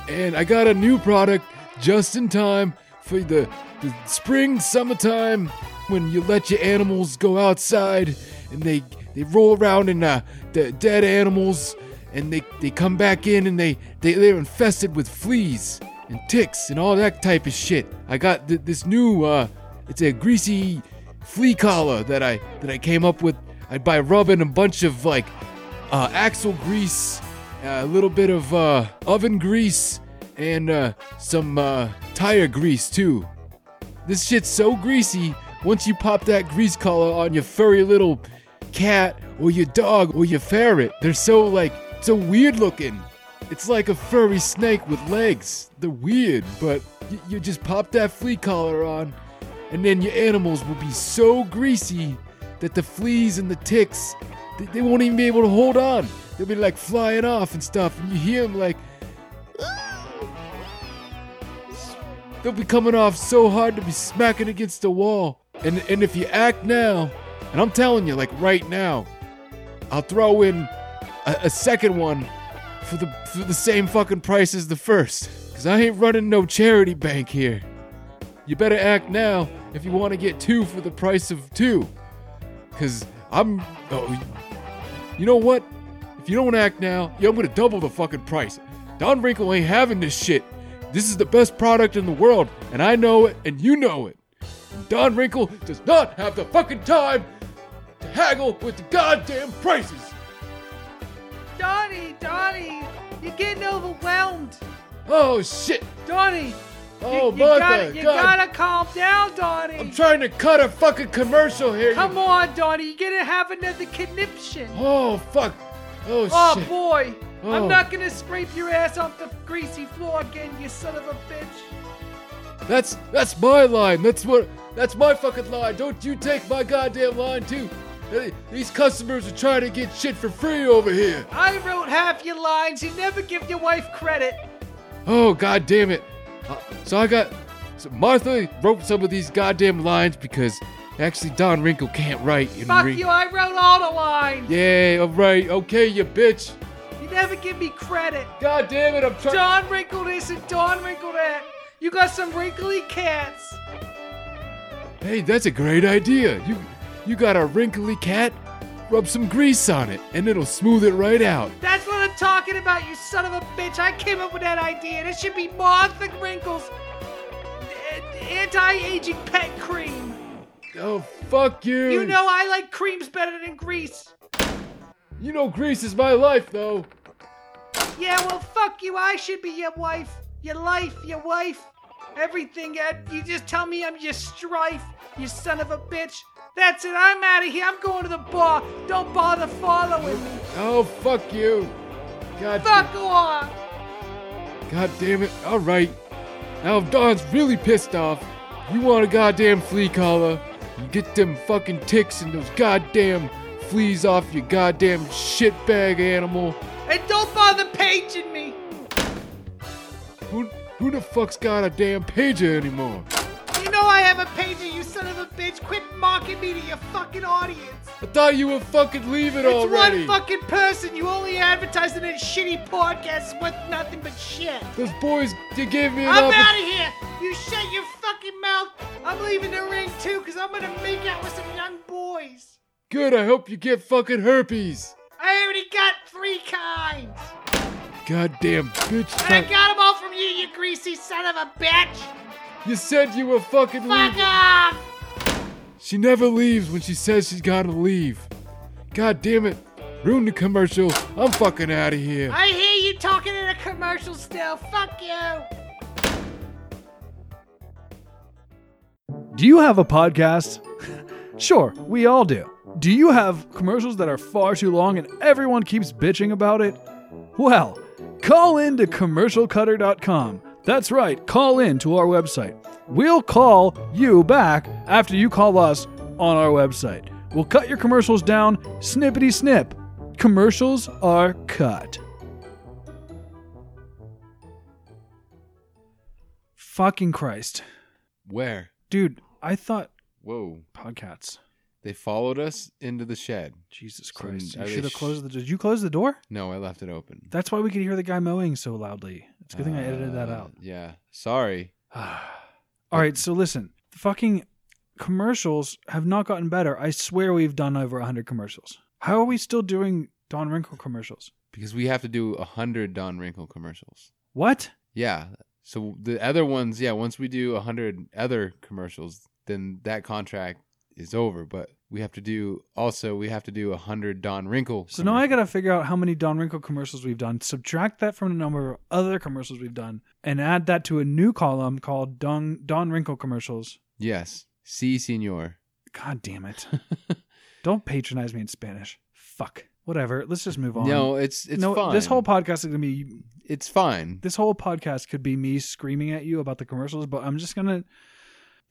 [SPEAKER 6] and I got a new product just in time for the, the spring summertime when you let your animals go outside and they they roll around in uh, the dead animals and they, they come back in and they, they they're infested with fleas and ticks and all that type of shit. I got th- this new uh, it's a greasy flea collar that I that I came up with. I by rubbing a bunch of like uh, axle grease, a little bit of uh, oven grease, and uh, some uh, tire grease too. This shit's so greasy. Once you pop that grease collar on your furry little cat or your dog or your ferret, they're so like so weird looking. It's like a furry snake with legs. They're weird, but y- you just pop that flea collar on, and then your animals will be so greasy that the fleas and the ticks, they, they won't even be able to hold on. They'll be like flying off and stuff, and you hear them like. They'll be coming off so hard to be smacking against the wall. And and if you act now, and I'm telling you, like right now, I'll throw in a, a second one for the for the same fucking price as the first. Cause I ain't running no charity bank here. You better act now if you want to get two for the price of two. Cause I'm oh you know what? If you don't act now, yo, I'm gonna double the fucking price. Don Wrinkle ain't having this shit. This is the best product in the world, and I know it, and you know it. And Don Wrinkle does not have the fucking time to haggle with the goddamn prices.
[SPEAKER 5] Donnie, Donnie, you're getting overwhelmed.
[SPEAKER 6] Oh shit!
[SPEAKER 5] Donnie,
[SPEAKER 6] Oh
[SPEAKER 5] you,
[SPEAKER 6] mother,
[SPEAKER 5] gotta, you
[SPEAKER 6] God.
[SPEAKER 5] gotta calm down, Donnie.
[SPEAKER 6] I'm trying to cut a fucking commercial here. you-
[SPEAKER 5] Come on, Donnie, you're gonna have another conniption.
[SPEAKER 6] Oh fuck! Oh,
[SPEAKER 5] Oh
[SPEAKER 6] shit!
[SPEAKER 5] boy,
[SPEAKER 6] Oh.
[SPEAKER 5] I'm not gonna scrape your ass off the greasy floor again, you son of a bitch.
[SPEAKER 6] That's that's my line. That's what that's my fucking line. Don't you take my goddamn line too. Hey, These customers are trying to get shit for free over here.
[SPEAKER 5] I wrote half your lines. You never give your wife credit.
[SPEAKER 6] Oh god damn it! Uh, so I got so Martha wrote some of these goddamn lines because actually Don Wrinkle can't write. And
[SPEAKER 5] Fuck
[SPEAKER 6] read.
[SPEAKER 5] you, I wrote all the lines.
[SPEAKER 6] Yeah, all right, okay, you bitch.
[SPEAKER 5] You never give me credit.
[SPEAKER 6] God damn it, I'm trying.
[SPEAKER 5] Don wrinkle this and Don wrinkle that. You got some wrinkly cats.
[SPEAKER 6] Hey, that's a great idea. You you got a wrinkly cat? Rub some grease on it, and it'll smooth it right out.
[SPEAKER 5] That's what I'm talking about, you son of a bitch. I came up with that idea. This should be Martha Wrinkles anti aging pet cream.
[SPEAKER 6] Oh fuck you!
[SPEAKER 5] You know I like creams better than grease.
[SPEAKER 6] you know grease is my life though.
[SPEAKER 5] Yeah, well, fuck you. I should be your wife. Your life, your wife, everything. Uh, You just tell me I'm your strife, you son of a bitch. That's it. I'm out of here. I'm going to the bar. Don't bother following me.
[SPEAKER 6] Oh fuck you! God
[SPEAKER 5] Fuck off.
[SPEAKER 6] God damn it. All right. Now if Don's really pissed off, you want a goddamn flea collar. You get them fucking ticks and those goddamn fleas off your goddamn shitbag animal.
[SPEAKER 5] And don't bother paging me.
[SPEAKER 6] Who, who the fuck's got a damn pager anymore?
[SPEAKER 5] You know I have a pager, you son of a bitch. Quit mocking me to your fucking audience.
[SPEAKER 6] I thought you would fucking leave it
[SPEAKER 5] It's
[SPEAKER 6] already.
[SPEAKER 5] one fucking person. You only advertising in shitty podcasts with nothing but shit.
[SPEAKER 6] Those boys, they gave me an
[SPEAKER 5] I'm
[SPEAKER 6] opportunity.
[SPEAKER 5] out of here. You shut your fucking mouth. I'm leaving the ring too, cause I'm gonna make out with some young boys.
[SPEAKER 6] Good, I hope you get fucking herpes.
[SPEAKER 5] I already got three kinds.
[SPEAKER 6] Goddamn bitch.
[SPEAKER 5] And I
[SPEAKER 6] cunt.
[SPEAKER 5] got them all from you, you greasy son of a bitch.
[SPEAKER 6] You said you were fucking
[SPEAKER 1] Mm.
[SPEAKER 5] Fuck
[SPEAKER 6] leaving.
[SPEAKER 5] off.
[SPEAKER 6] She never leaves when she says she's gotta leave. God damn it. Ruin the commercial. I'm fucking out of here.
[SPEAKER 5] I hear you talking in a commercial still. Fuck you.
[SPEAKER 7] Do you have a podcast? sure, we all do. Do you have commercials that are far too long and everyone keeps bitching about it? Well, call in to commercialcutter.com. That's right, call in to our website. We'll call you back after you call us on our website. We'll cut your commercials down, snippety snip. Commercials are cut. Fucking Christ.
[SPEAKER 6] Where?
[SPEAKER 7] Dude, I thought
[SPEAKER 6] Whoa.
[SPEAKER 7] podcasts.
[SPEAKER 6] They followed us into the shed.
[SPEAKER 7] Jesus
[SPEAKER 6] So
[SPEAKER 7] Christ!
[SPEAKER 6] are
[SPEAKER 7] you
[SPEAKER 6] they
[SPEAKER 7] should have
[SPEAKER 6] sh-
[SPEAKER 7] closed the. Did you close the door?
[SPEAKER 6] No, I left it open.
[SPEAKER 7] That's why we could hear the guy mowing so loudly. It's a good thing I edited that
[SPEAKER 6] Uh,
[SPEAKER 7] out.
[SPEAKER 6] Yeah. Sorry.
[SPEAKER 7] All right, so listen, the fucking commercials have not gotten better. I swear we've done over hundred commercials. How are we still doing Don Wrinkle commercials?
[SPEAKER 6] Because we have to do a hundred Don Wrinkle commercials.
[SPEAKER 7] What?
[SPEAKER 6] Yeah. So the other ones, yeah, once we do a hundred other commercials, then that contract is over. But we have to do also we have to do a hundred Don Wrinkle.
[SPEAKER 7] So now I
[SPEAKER 6] commercials.
[SPEAKER 7] gotta figure out how many Don Wrinkle commercials we've done. Subtract that from the number of other commercials we've done, and add that to a new column called Don Don Wrinkle commercials.
[SPEAKER 6] Yes. See, senor.
[SPEAKER 7] God damn it. Don't patronize me in Spanish. Fuck. Whatever. Let's just move on.
[SPEAKER 6] No, it's it's
[SPEAKER 7] no,
[SPEAKER 6] fine.
[SPEAKER 7] this whole podcast is gonna be
[SPEAKER 6] it's fine.
[SPEAKER 7] this whole podcast could be me screaming at you about the commercials, but I'm just gonna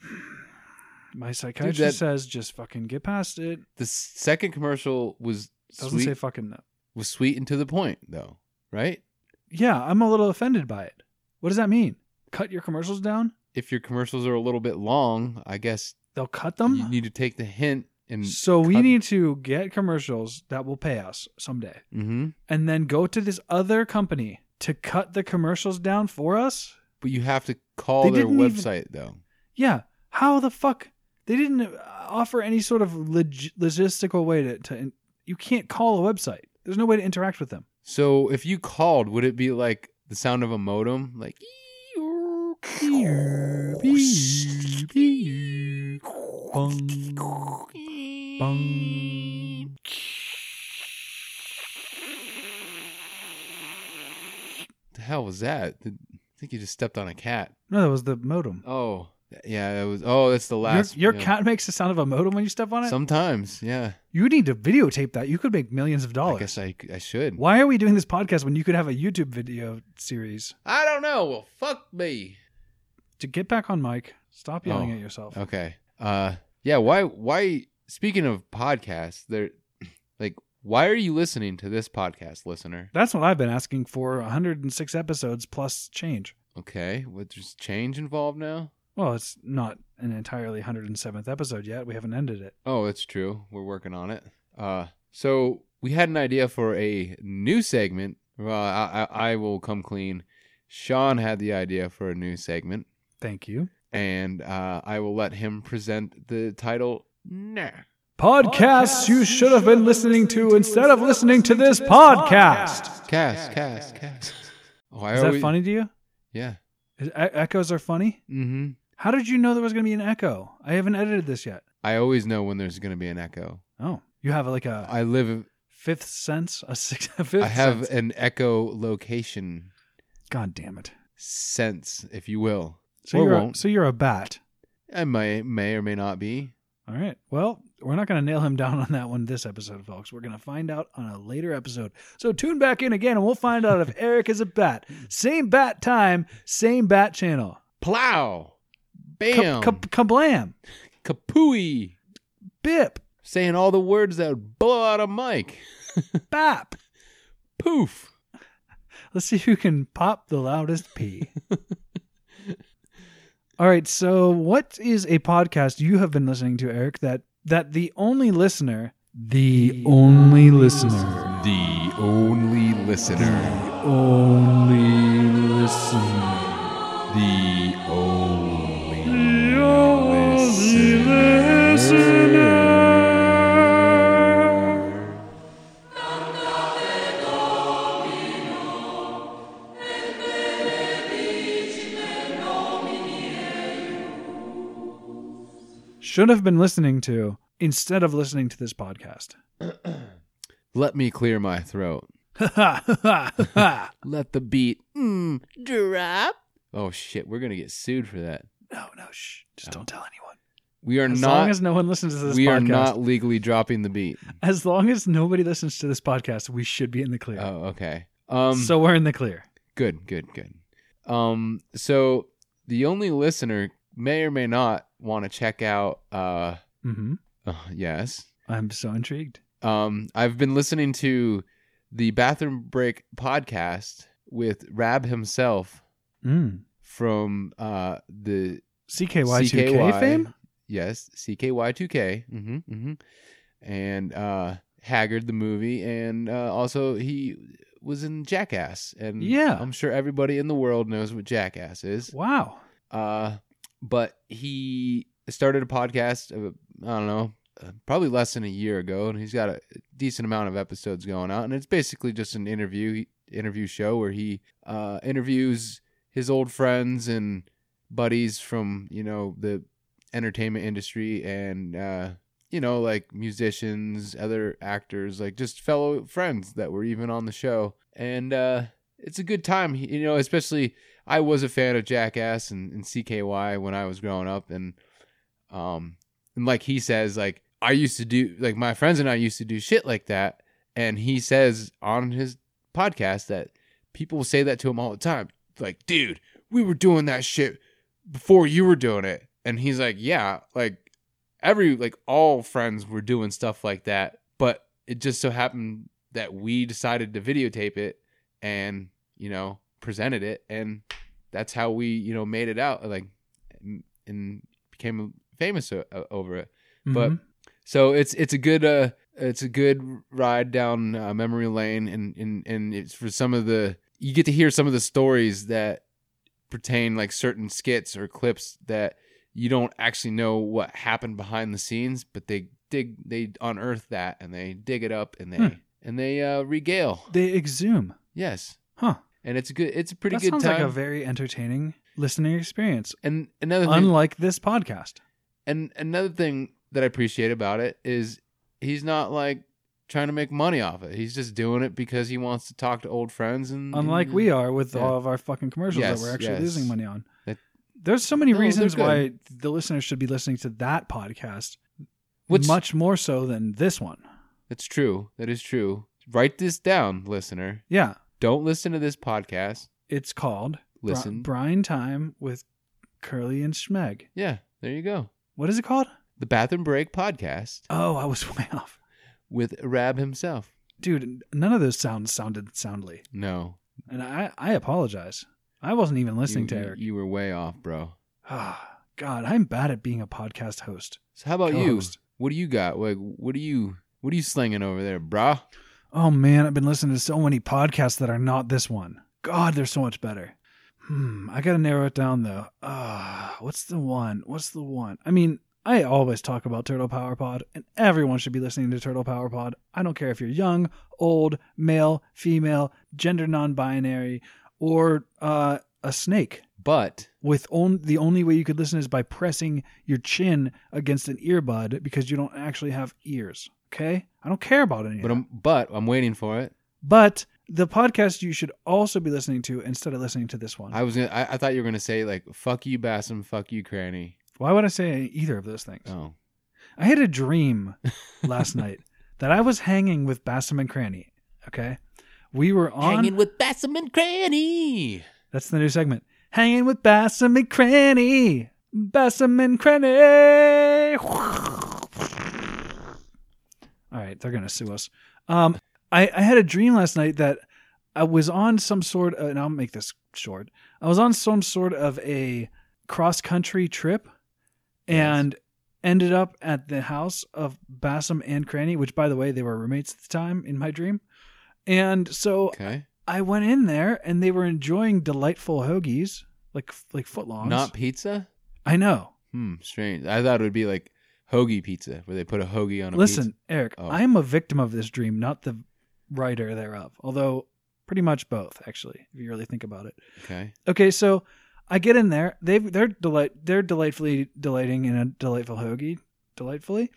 [SPEAKER 7] my psychiatrist
[SPEAKER 6] that-
[SPEAKER 7] says just fucking get past it.
[SPEAKER 6] The second commercial was
[SPEAKER 7] Doesn't
[SPEAKER 6] sweet,
[SPEAKER 7] say fucking no.
[SPEAKER 6] was sweet and to the point though, right?
[SPEAKER 7] Yeah, I'm a little offended by it. What does that mean? Cut your commercials down?
[SPEAKER 6] If your commercials are a little bit long, I guess
[SPEAKER 7] They'll cut them?
[SPEAKER 6] you need to take the hint and
[SPEAKER 7] so we
[SPEAKER 6] cut-
[SPEAKER 7] need to get commercials that will pay us someday.
[SPEAKER 6] Mhm.
[SPEAKER 7] And then go to this other company to cut the commercials down for us?
[SPEAKER 6] But you have to call
[SPEAKER 7] They
[SPEAKER 6] their
[SPEAKER 7] didn't even-
[SPEAKER 6] website though.
[SPEAKER 7] Yeah. How the fuck? They didn't uh, offer any sort of log- logistical way to, to. You can't call a website. There's no way to interact with them.
[SPEAKER 6] So if you called, would it be like the sound of a modem? Like the hell was that? I think you just stepped on a cat.
[SPEAKER 7] No, that was the modem.
[SPEAKER 6] Oh, yeah, it was. Oh, that's the
[SPEAKER 7] Your,
[SPEAKER 6] last.
[SPEAKER 7] your
[SPEAKER 6] yeah.
[SPEAKER 7] cat makes the sound of a modem when you step on it.
[SPEAKER 6] Sometimes, yeah.
[SPEAKER 7] you need to videotape that. You could make millions of
[SPEAKER 6] I
[SPEAKER 7] dollars.
[SPEAKER 6] guess I I should.
[SPEAKER 7] Why are we doing this podcast when you could have a YouTube video series?
[SPEAKER 6] I don't know. Well, fuck me.
[SPEAKER 7] To get back on mic, stop yelling
[SPEAKER 6] Oh,
[SPEAKER 7] at yourself.
[SPEAKER 6] Okay. Uh, yeah. Why? Why? Speaking of podcasts, there, like, why are you listening to this podcast, listener?
[SPEAKER 7] That's what I've been asking for 106 episodes plus change.
[SPEAKER 6] Okay. What? There's change involved now.
[SPEAKER 7] Well, it's not an entirely 107th episode yet. We haven't ended it.
[SPEAKER 6] Oh, that's true. We're working on it. Uh, so we had an idea for a new segment. Well, I, I, I will come clean. Sean had the idea for a new segment,
[SPEAKER 7] Thank you.
[SPEAKER 6] and uh, I will let him present the title. Nah.
[SPEAKER 7] podcasts you should have been listening to instead of listening to this
[SPEAKER 6] Cast,
[SPEAKER 7] podcast.
[SPEAKER 6] cast, cast. Oh, I
[SPEAKER 7] Is that
[SPEAKER 6] always-
[SPEAKER 7] funny to you?
[SPEAKER 6] Yeah.
[SPEAKER 7] Is, e- echoes are funny?
[SPEAKER 6] Mm-hmm.
[SPEAKER 7] How did you know there was going to be an echo? I haven't edited this yet.
[SPEAKER 6] I always know when there's going to be an echo.
[SPEAKER 7] Oh, you have like a
[SPEAKER 6] I live.
[SPEAKER 7] fifth sense, a sixth, a fifth.
[SPEAKER 6] I have
[SPEAKER 7] sense.
[SPEAKER 6] an echo location
[SPEAKER 7] God damn it!
[SPEAKER 6] sense, if you will.
[SPEAKER 7] So
[SPEAKER 6] Or
[SPEAKER 7] you're a,
[SPEAKER 6] won't.
[SPEAKER 7] so you're a bat.
[SPEAKER 6] I may may or may not be.
[SPEAKER 7] All right. Well, we're not going to nail him down on that one this episode, folks. We're going to find out on a later episode. So tune back in again, and we'll find out if Eric is a bat. Same bat time, same bat channel.
[SPEAKER 6] Plow.
[SPEAKER 7] Ka-
[SPEAKER 6] Bam.
[SPEAKER 7] ka- kablam!
[SPEAKER 6] Kapooey.
[SPEAKER 7] Bip.
[SPEAKER 6] saying all the words that would blow out a mic.
[SPEAKER 7] Bap.
[SPEAKER 6] Poof.
[SPEAKER 7] Let's see who can pop the loudest pee. All right, so what is a podcast you have been listening to, Eric, that that the only listener, the only listener,
[SPEAKER 6] The only listener.
[SPEAKER 7] only listener.
[SPEAKER 6] The only listener.
[SPEAKER 7] should have been listening to instead of listening to this podcast.
[SPEAKER 6] Let me clear my throat.
[SPEAKER 7] no,
[SPEAKER 6] Let the beat. Mm.
[SPEAKER 4] Drop.
[SPEAKER 6] Oh shit, we're gonna get sued for that.
[SPEAKER 7] no, shh. Just don't tell anyone.
[SPEAKER 6] We are
[SPEAKER 7] As long
[SPEAKER 6] not.
[SPEAKER 7] as no one listens to this
[SPEAKER 6] we
[SPEAKER 7] podcast,
[SPEAKER 6] are not legally dropping the beat.
[SPEAKER 7] as long as nobody listens to this podcast, we should be in the clear.
[SPEAKER 6] Oh, okay. Um,
[SPEAKER 7] so we're in the clear.
[SPEAKER 6] Good, good, good. Um, so the only listener may or may not want to check out. Uh,
[SPEAKER 7] hmm
[SPEAKER 6] uh, yes.
[SPEAKER 7] I'm so intrigued.
[SPEAKER 6] Um, I've been listening to the Bathroom Break podcast with Rab himself
[SPEAKER 7] Mm.
[SPEAKER 6] from uh the
[SPEAKER 7] CKY2K fame?
[SPEAKER 6] Yes, CKY2K. hmm hmm And uh, Haggard the movie, and uh, also he was in Jackass, and
[SPEAKER 7] Yeah.
[SPEAKER 6] I'm sure everybody in the world knows what Jackass is.
[SPEAKER 7] Wow.
[SPEAKER 6] Uh, but he started a podcast. Of, I don't know, uh, probably less than a year ago, and he's got a decent amount of episodes going out. And it's basically just an interview interview show where he uh, interviews his old friends and buddies from you know the entertainment industry and uh, you know like musicians, other actors, like just fellow friends that were even on the show. And uh, it's a good time, you know, especially I was a fan of Jackass and, and CKY when I was growing up, and um, and like he says, like I used to do, like my friends and I used to do shit like that, and he says on his podcast that people say that to him all the time, like, dude, we were doing that shit before you were doing it, and he's like, yeah, like every like all friends were doing stuff like that, but it just so happened that we decided to videotape it and you know presented it and that's how we you know made it out like and- and became famous o- o- over it but
[SPEAKER 7] Mhm.
[SPEAKER 6] so it's it's a good uh it's a good ride down uh, memory lane and and and it's for some of the you get to hear some of the stories that pertain like certain skits or clips that you don't actually know what happened behind the scenes but they dig they unearth that and they dig it up and they
[SPEAKER 7] Hmm.
[SPEAKER 6] and they uh regale
[SPEAKER 7] they exhume.
[SPEAKER 6] yes
[SPEAKER 7] Huh.
[SPEAKER 6] and it's a good it's a pretty
[SPEAKER 7] that
[SPEAKER 6] good
[SPEAKER 7] sounds
[SPEAKER 6] time
[SPEAKER 7] like a very entertaining listening experience.
[SPEAKER 6] and another thing,
[SPEAKER 7] Unlike this podcast.
[SPEAKER 6] and another thing that I appreciate about it is he's not like trying to make money off it. He's just doing it because he wants to talk to old friends and
[SPEAKER 7] Unlike we are with
[SPEAKER 6] Yeah.
[SPEAKER 7] all of our fucking commercials
[SPEAKER 6] Yes,
[SPEAKER 7] that we're actually
[SPEAKER 6] yes.
[SPEAKER 7] losing money on.
[SPEAKER 6] That-
[SPEAKER 7] There's so many
[SPEAKER 6] No, they're
[SPEAKER 7] reasons
[SPEAKER 6] good.
[SPEAKER 7] why the listeners should be listening to that podcast,
[SPEAKER 6] Which-
[SPEAKER 7] much more so than this one.
[SPEAKER 6] That's true. That is true. Write this down, listener.
[SPEAKER 7] Yeah,
[SPEAKER 6] Don't listen to this podcast.
[SPEAKER 7] it's called Bri-
[SPEAKER 6] Listen.
[SPEAKER 7] Brine Time with Curly and Schmeg.
[SPEAKER 6] Yeah, there you go.
[SPEAKER 7] What is it called?
[SPEAKER 6] The Bathroom Break podcast
[SPEAKER 7] Oh, I was way off,
[SPEAKER 6] with Rab himself.
[SPEAKER 7] dude. None of those sounds sounded soundly,
[SPEAKER 6] No,
[SPEAKER 7] and I I apologize. I wasn't even listening
[SPEAKER 6] you,
[SPEAKER 7] to
[SPEAKER 6] you-
[SPEAKER 7] Eric.
[SPEAKER 6] You were way off, bro.
[SPEAKER 7] Ah, God, I'm bad at being a podcast host.
[SPEAKER 6] So how about
[SPEAKER 7] Co-host.
[SPEAKER 6] you? What do you got? Like, what do you what are you slinging over there, brah?
[SPEAKER 7] Oh man, I've been listening to so many podcasts that are not this one. God, they're so much better. Hmm, I gotta narrow it down though. Ah, what's the one? What's the one? I mean, I always talk about Turtle Power Pod, and everyone should be listening to Turtle Power Pod. I don't care if you're young, old, male, female, gender non-binary, or uh, a snake.
[SPEAKER 6] But
[SPEAKER 7] With on- the only way you could listen is by pressing your chin against an earbud because you don't actually have ears. Okay, I don't care about any. of
[SPEAKER 6] but
[SPEAKER 7] that.
[SPEAKER 6] I'm but I'm waiting for it.
[SPEAKER 7] But the podcast you should also be listening to instead of listening to this one.
[SPEAKER 6] I was gonna. I, I thought you were gonna say like "fuck you, Bassam," "fuck you, Cranny."
[SPEAKER 7] Why would I say either of those things?
[SPEAKER 6] Oh,
[SPEAKER 7] I had a dream last night that I was hanging with Bassam and Cranny. Okay, we were on.
[SPEAKER 4] Hanging with Bassam and Cranny.
[SPEAKER 6] E.
[SPEAKER 7] that's the new segment. Hanging with Bassam and Cranny. Bassam and Cranny. All right, they're gonna sue us. Um, I I had a dream last night that I was on some sort of, and I'll make this short. I was on some sort of a cross country trip, and ended up at the house of Bassam and Cranny, which by the way they were roommates at the time in my dream. And so
[SPEAKER 6] Okay.
[SPEAKER 7] I went in there, and they were enjoying delightful hoagies, like like footlongs.
[SPEAKER 6] Not pizza?
[SPEAKER 7] I know.
[SPEAKER 6] Hmm, strange. I thought it would be like hoagie pizza, where they put a hoagie on a
[SPEAKER 7] Listen,
[SPEAKER 6] pizza.
[SPEAKER 7] Eric,
[SPEAKER 6] Oh.
[SPEAKER 7] I'm a victim of this dream, not the writer thereof. Although, pretty much both, actually, if you really think about it.
[SPEAKER 6] Okay.
[SPEAKER 7] Okay, so I get in there. They they're delight they're delightfully delighting in a delightful hoagie, delightfully,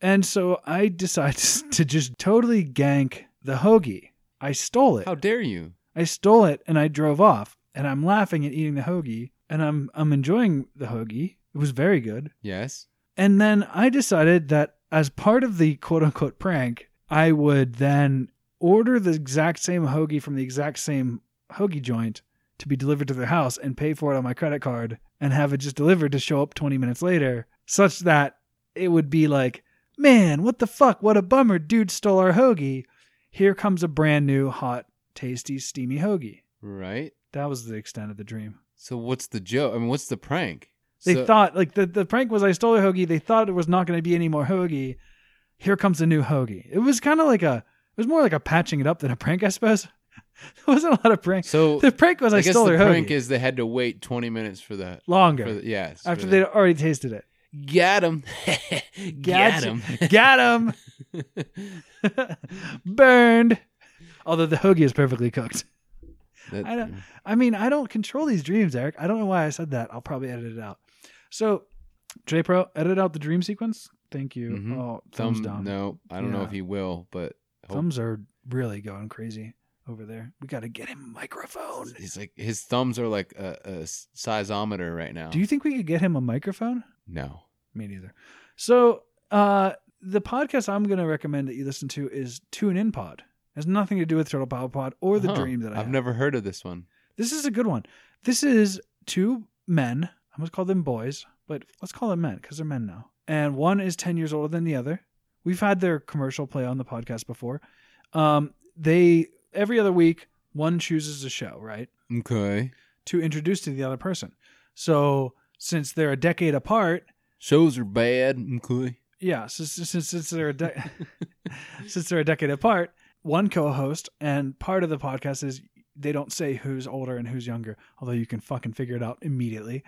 [SPEAKER 7] and so I decide to just totally gank the hoagie. I stole it.
[SPEAKER 6] How dare you?
[SPEAKER 7] I stole it and I drove off. And I'm laughing and eating the hoagie, and I'm I'm enjoying the hoagie. It was very good.
[SPEAKER 6] Yes.
[SPEAKER 7] And then I decided that as part of the quote unquote prank, I would then order the exact same hoagie from the exact same hoagie joint to be delivered to their house and pay for it on my credit card and have it just delivered to show up 20 minutes later, such that it would be like, man, what the fuck? What a bummer. Dude stole our hoagie. Here comes a brand new, hot, tasty, steamy hoagie.
[SPEAKER 6] Right.
[SPEAKER 7] That was the extent of the dream.
[SPEAKER 6] So what's the joke? I mean, what's the prank?
[SPEAKER 7] They
[SPEAKER 6] So-
[SPEAKER 7] thought like the, the prank was I stole a hoagie. They thought it was not going to be any more hoagie. Here comes a new hoagie. It was kind of like a it was more like a patching it up than a prank, I suppose. there wasn't a lot of prank.
[SPEAKER 6] So
[SPEAKER 7] the prank was I,
[SPEAKER 6] I guess
[SPEAKER 7] stole
[SPEAKER 6] the
[SPEAKER 7] their
[SPEAKER 6] prank
[SPEAKER 7] hoagie
[SPEAKER 6] is they had to wait 20 minutes for the
[SPEAKER 7] longer
[SPEAKER 6] for the, yeah it's
[SPEAKER 7] after
[SPEAKER 6] for
[SPEAKER 7] they'd
[SPEAKER 6] the-
[SPEAKER 7] already tasted it.
[SPEAKER 6] got him got
[SPEAKER 7] Gotcha.
[SPEAKER 6] him
[SPEAKER 7] Got him burned. Although the hoagie is perfectly cooked. I don't. I mean, I don't control these dreams, Eric. I don't know why I said that. I'll probably edit it out. So, J Pro, edit out the dream sequence. Thank you.
[SPEAKER 6] Mhm.
[SPEAKER 7] Oh, thumbs
[SPEAKER 6] thumbs
[SPEAKER 7] down.
[SPEAKER 6] no oh. I don't know
[SPEAKER 7] Yeah.
[SPEAKER 6] if he will but hope-
[SPEAKER 7] Thumbs are really going crazy over there. We got to get him a microphone.
[SPEAKER 6] he's like his thumbs are like a, a s- sizeometer right now
[SPEAKER 7] Do you think we could get him a microphone?
[SPEAKER 6] no
[SPEAKER 7] Me neither. So, uh, the podcast I'm going to recommend that you listen to is Tune In Pod. It has nothing to do with Turtle Power Pod or the
[SPEAKER 6] Huh.
[SPEAKER 7] dream that I
[SPEAKER 6] Uh-huh. I've
[SPEAKER 7] had.
[SPEAKER 6] never heard of this one
[SPEAKER 7] This is a good one. This is two men. I must call them boys, but let's call them men because they're men now. And one is 10 years older than the other. We've had their commercial play on the podcast before. Um, they, every other week, one chooses a show, right?
[SPEAKER 6] okay
[SPEAKER 7] To introduce to the other person. So since they're a decade apart,
[SPEAKER 6] shows are bad okay
[SPEAKER 7] yeah, since since, since they're a de- since they're a decade apart, one co-host and part of the podcast is they don't say who's older and who's younger, although you can fucking figure it out immediately.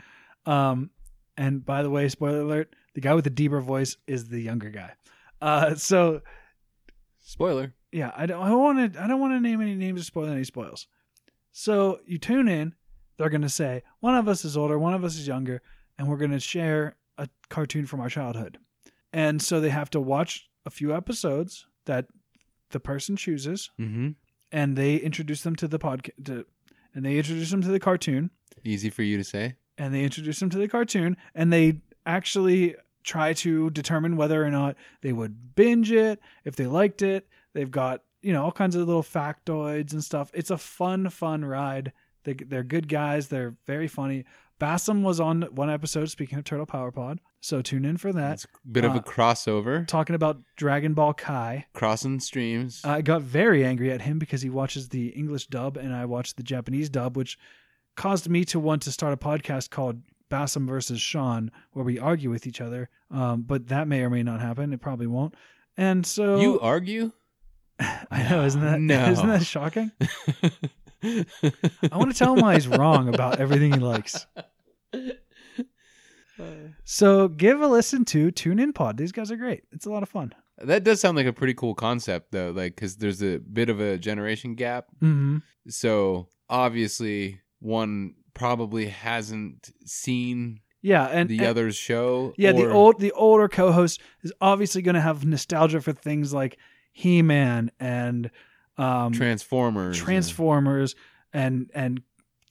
[SPEAKER 7] Um, and by the way, spoiler alert: the guy with the deeper voice is the younger guy. Uh, so
[SPEAKER 6] spoiler
[SPEAKER 7] yeah, I don't I want to I don't want to name any names or spoil any spoils. So you tune in, they're going to say one of us is older, one of us is younger, and we're going to share a cartoon from our childhood. And so they have to watch a few episodes that the person chooses
[SPEAKER 6] mm-hmm
[SPEAKER 7] and they introduce them to the podcast to, and they introduce them to the cartoon
[SPEAKER 6] easy for you to say
[SPEAKER 7] and they introduce them to the cartoon and they actually try to determine whether or not they would binge it if they liked it they've got you know all kinds of little factoids and stuff it's a fun fun ride they, they're good guys they're very funny bassam was on one episode speaking of turtle power pod so tune in for that
[SPEAKER 6] it's a bit of
[SPEAKER 7] uh,
[SPEAKER 6] a crossover
[SPEAKER 7] talking about dragon ball kai
[SPEAKER 6] crossing streams
[SPEAKER 7] I got very angry at him because he watches the English dub and I watch the Japanese dub, which caused me to want to start a podcast called Bassam versus Sean, where we argue with each other. Um, but that may or may not happen. It probably won't. And so
[SPEAKER 6] you argue
[SPEAKER 7] I know, isn't that
[SPEAKER 6] No.
[SPEAKER 7] not that shocking? I want to tell him why he's wrong about everything he likes. So give a listen to Tune In Pod. These guys are great. It's a lot of fun.
[SPEAKER 6] That does sound like a pretty cool concept, though, like because there's a bit of a generation gap.
[SPEAKER 7] Mm-hmm.
[SPEAKER 6] So obviously, one probably hasn't seen
[SPEAKER 7] Yeah, and
[SPEAKER 6] the
[SPEAKER 7] and-
[SPEAKER 6] other's show.
[SPEAKER 7] Yeah, the
[SPEAKER 6] or-
[SPEAKER 7] old the older co-host is obviously going to have nostalgia for things like He-Man and um,
[SPEAKER 6] Transformers.
[SPEAKER 7] Transformers and and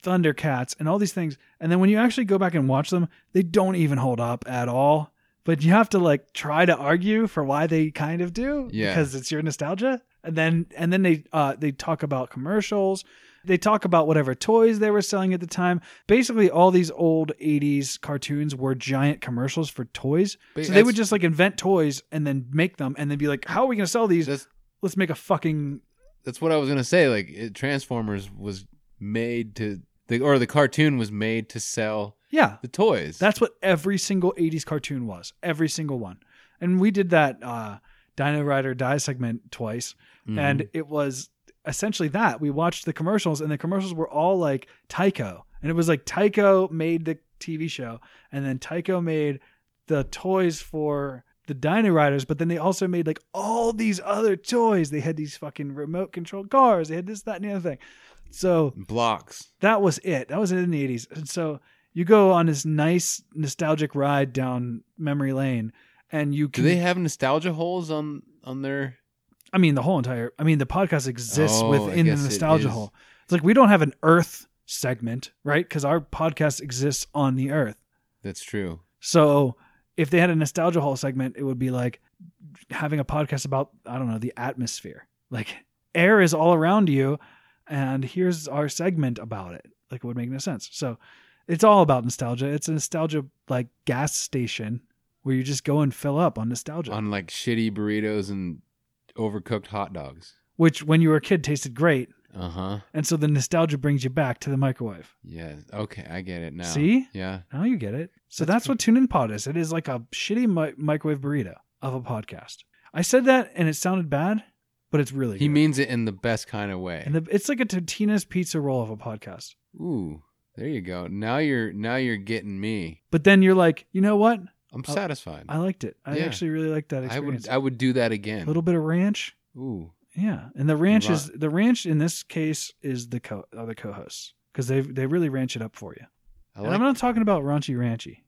[SPEAKER 7] Thundercats and all these things. And then when you actually go back and watch them, they don't even hold up at all. But you have to like try to argue for why they kind of do
[SPEAKER 6] Yeah.
[SPEAKER 7] because it's your nostalgia. And then and then they uh, they talk about commercials. They talk about whatever toys they were selling at the time. Basically, all these old 80s cartoons were giant commercials for toys.
[SPEAKER 6] But
[SPEAKER 7] so they would
[SPEAKER 6] that's-
[SPEAKER 7] just like invent toys and then make them and then be like, how are we going to sell these?
[SPEAKER 6] That's-
[SPEAKER 7] Let's make a fucking.
[SPEAKER 6] That's what I was gonna say. Like it, Transformers was made to the or the cartoon was made to sell
[SPEAKER 7] Yeah.
[SPEAKER 6] the toys.
[SPEAKER 7] That's what every single 80s cartoon was. Every single one. And we did that uh, Dino Rider Die segment twice.
[SPEAKER 6] Mhm.
[SPEAKER 7] and it was essentially that we watched the commercials and the commercials were all like tycho and it was like tycho made the tv show and then tycho made the toys for the dino riders but then they also made like all these other toys they had these fucking remote control cars they had this that and the other thing so
[SPEAKER 6] blocks.
[SPEAKER 7] that was it that was it in the 80s and so you go on this nice nostalgic ride down memory lane and you
[SPEAKER 6] Do
[SPEAKER 7] can
[SPEAKER 6] they have nostalgia holes on on their?
[SPEAKER 7] I mean, the whole entire. I mean, the podcast exists
[SPEAKER 6] Oh, I
[SPEAKER 7] within the
[SPEAKER 6] guess it
[SPEAKER 7] nostalgia
[SPEAKER 6] is.
[SPEAKER 7] hole. It's like we don't have an Earth segment, right? Because our podcast exists on the Earth.
[SPEAKER 6] That's true.
[SPEAKER 7] So if they had a nostalgia hole segment, it would be like having a podcast about I don't know the atmosphere. Like air is all around you, and here's our segment about it. Like it would make no sense. So it's all about nostalgia. It's a nostalgia like gas station where you just go and fill up on nostalgia.
[SPEAKER 6] On like shitty burritos and overcooked hot dogs.
[SPEAKER 7] which when you were a kid tasted great.
[SPEAKER 6] Uh huh.
[SPEAKER 7] And so the nostalgia brings you back to the microwave.
[SPEAKER 6] Yeah. Okay, I get it now.
[SPEAKER 7] See?
[SPEAKER 6] Yeah.
[SPEAKER 7] Now you get it. So that's, what Tune In Pod is. It is like a shitty mi- microwave burrito of a podcast. I said that and it sounded bad, but it's really
[SPEAKER 6] He
[SPEAKER 7] good.
[SPEAKER 6] means it in the best kind of way.
[SPEAKER 7] and the, it's like a Totino's pizza roll of a podcast.
[SPEAKER 6] Ooh, there you go. Now you're now you're getting me.
[SPEAKER 7] But then you're like, you know what?
[SPEAKER 6] I'm
[SPEAKER 7] Oh,
[SPEAKER 6] satisfied.
[SPEAKER 7] I liked it. I
[SPEAKER 6] Yeah.
[SPEAKER 7] actually really liked that
[SPEAKER 6] I
[SPEAKER 7] experience.
[SPEAKER 6] would I would do that
[SPEAKER 7] a
[SPEAKER 6] again.
[SPEAKER 7] little bit of ranch,
[SPEAKER 6] Ooh,
[SPEAKER 7] yeah. And the ranch is
[SPEAKER 6] Right.
[SPEAKER 7] the ranch in this case is the co are the co-hosts because they they really ranch it up for you.
[SPEAKER 6] I
[SPEAKER 7] and
[SPEAKER 6] like,
[SPEAKER 7] I'm not talking about raunchy ranchy.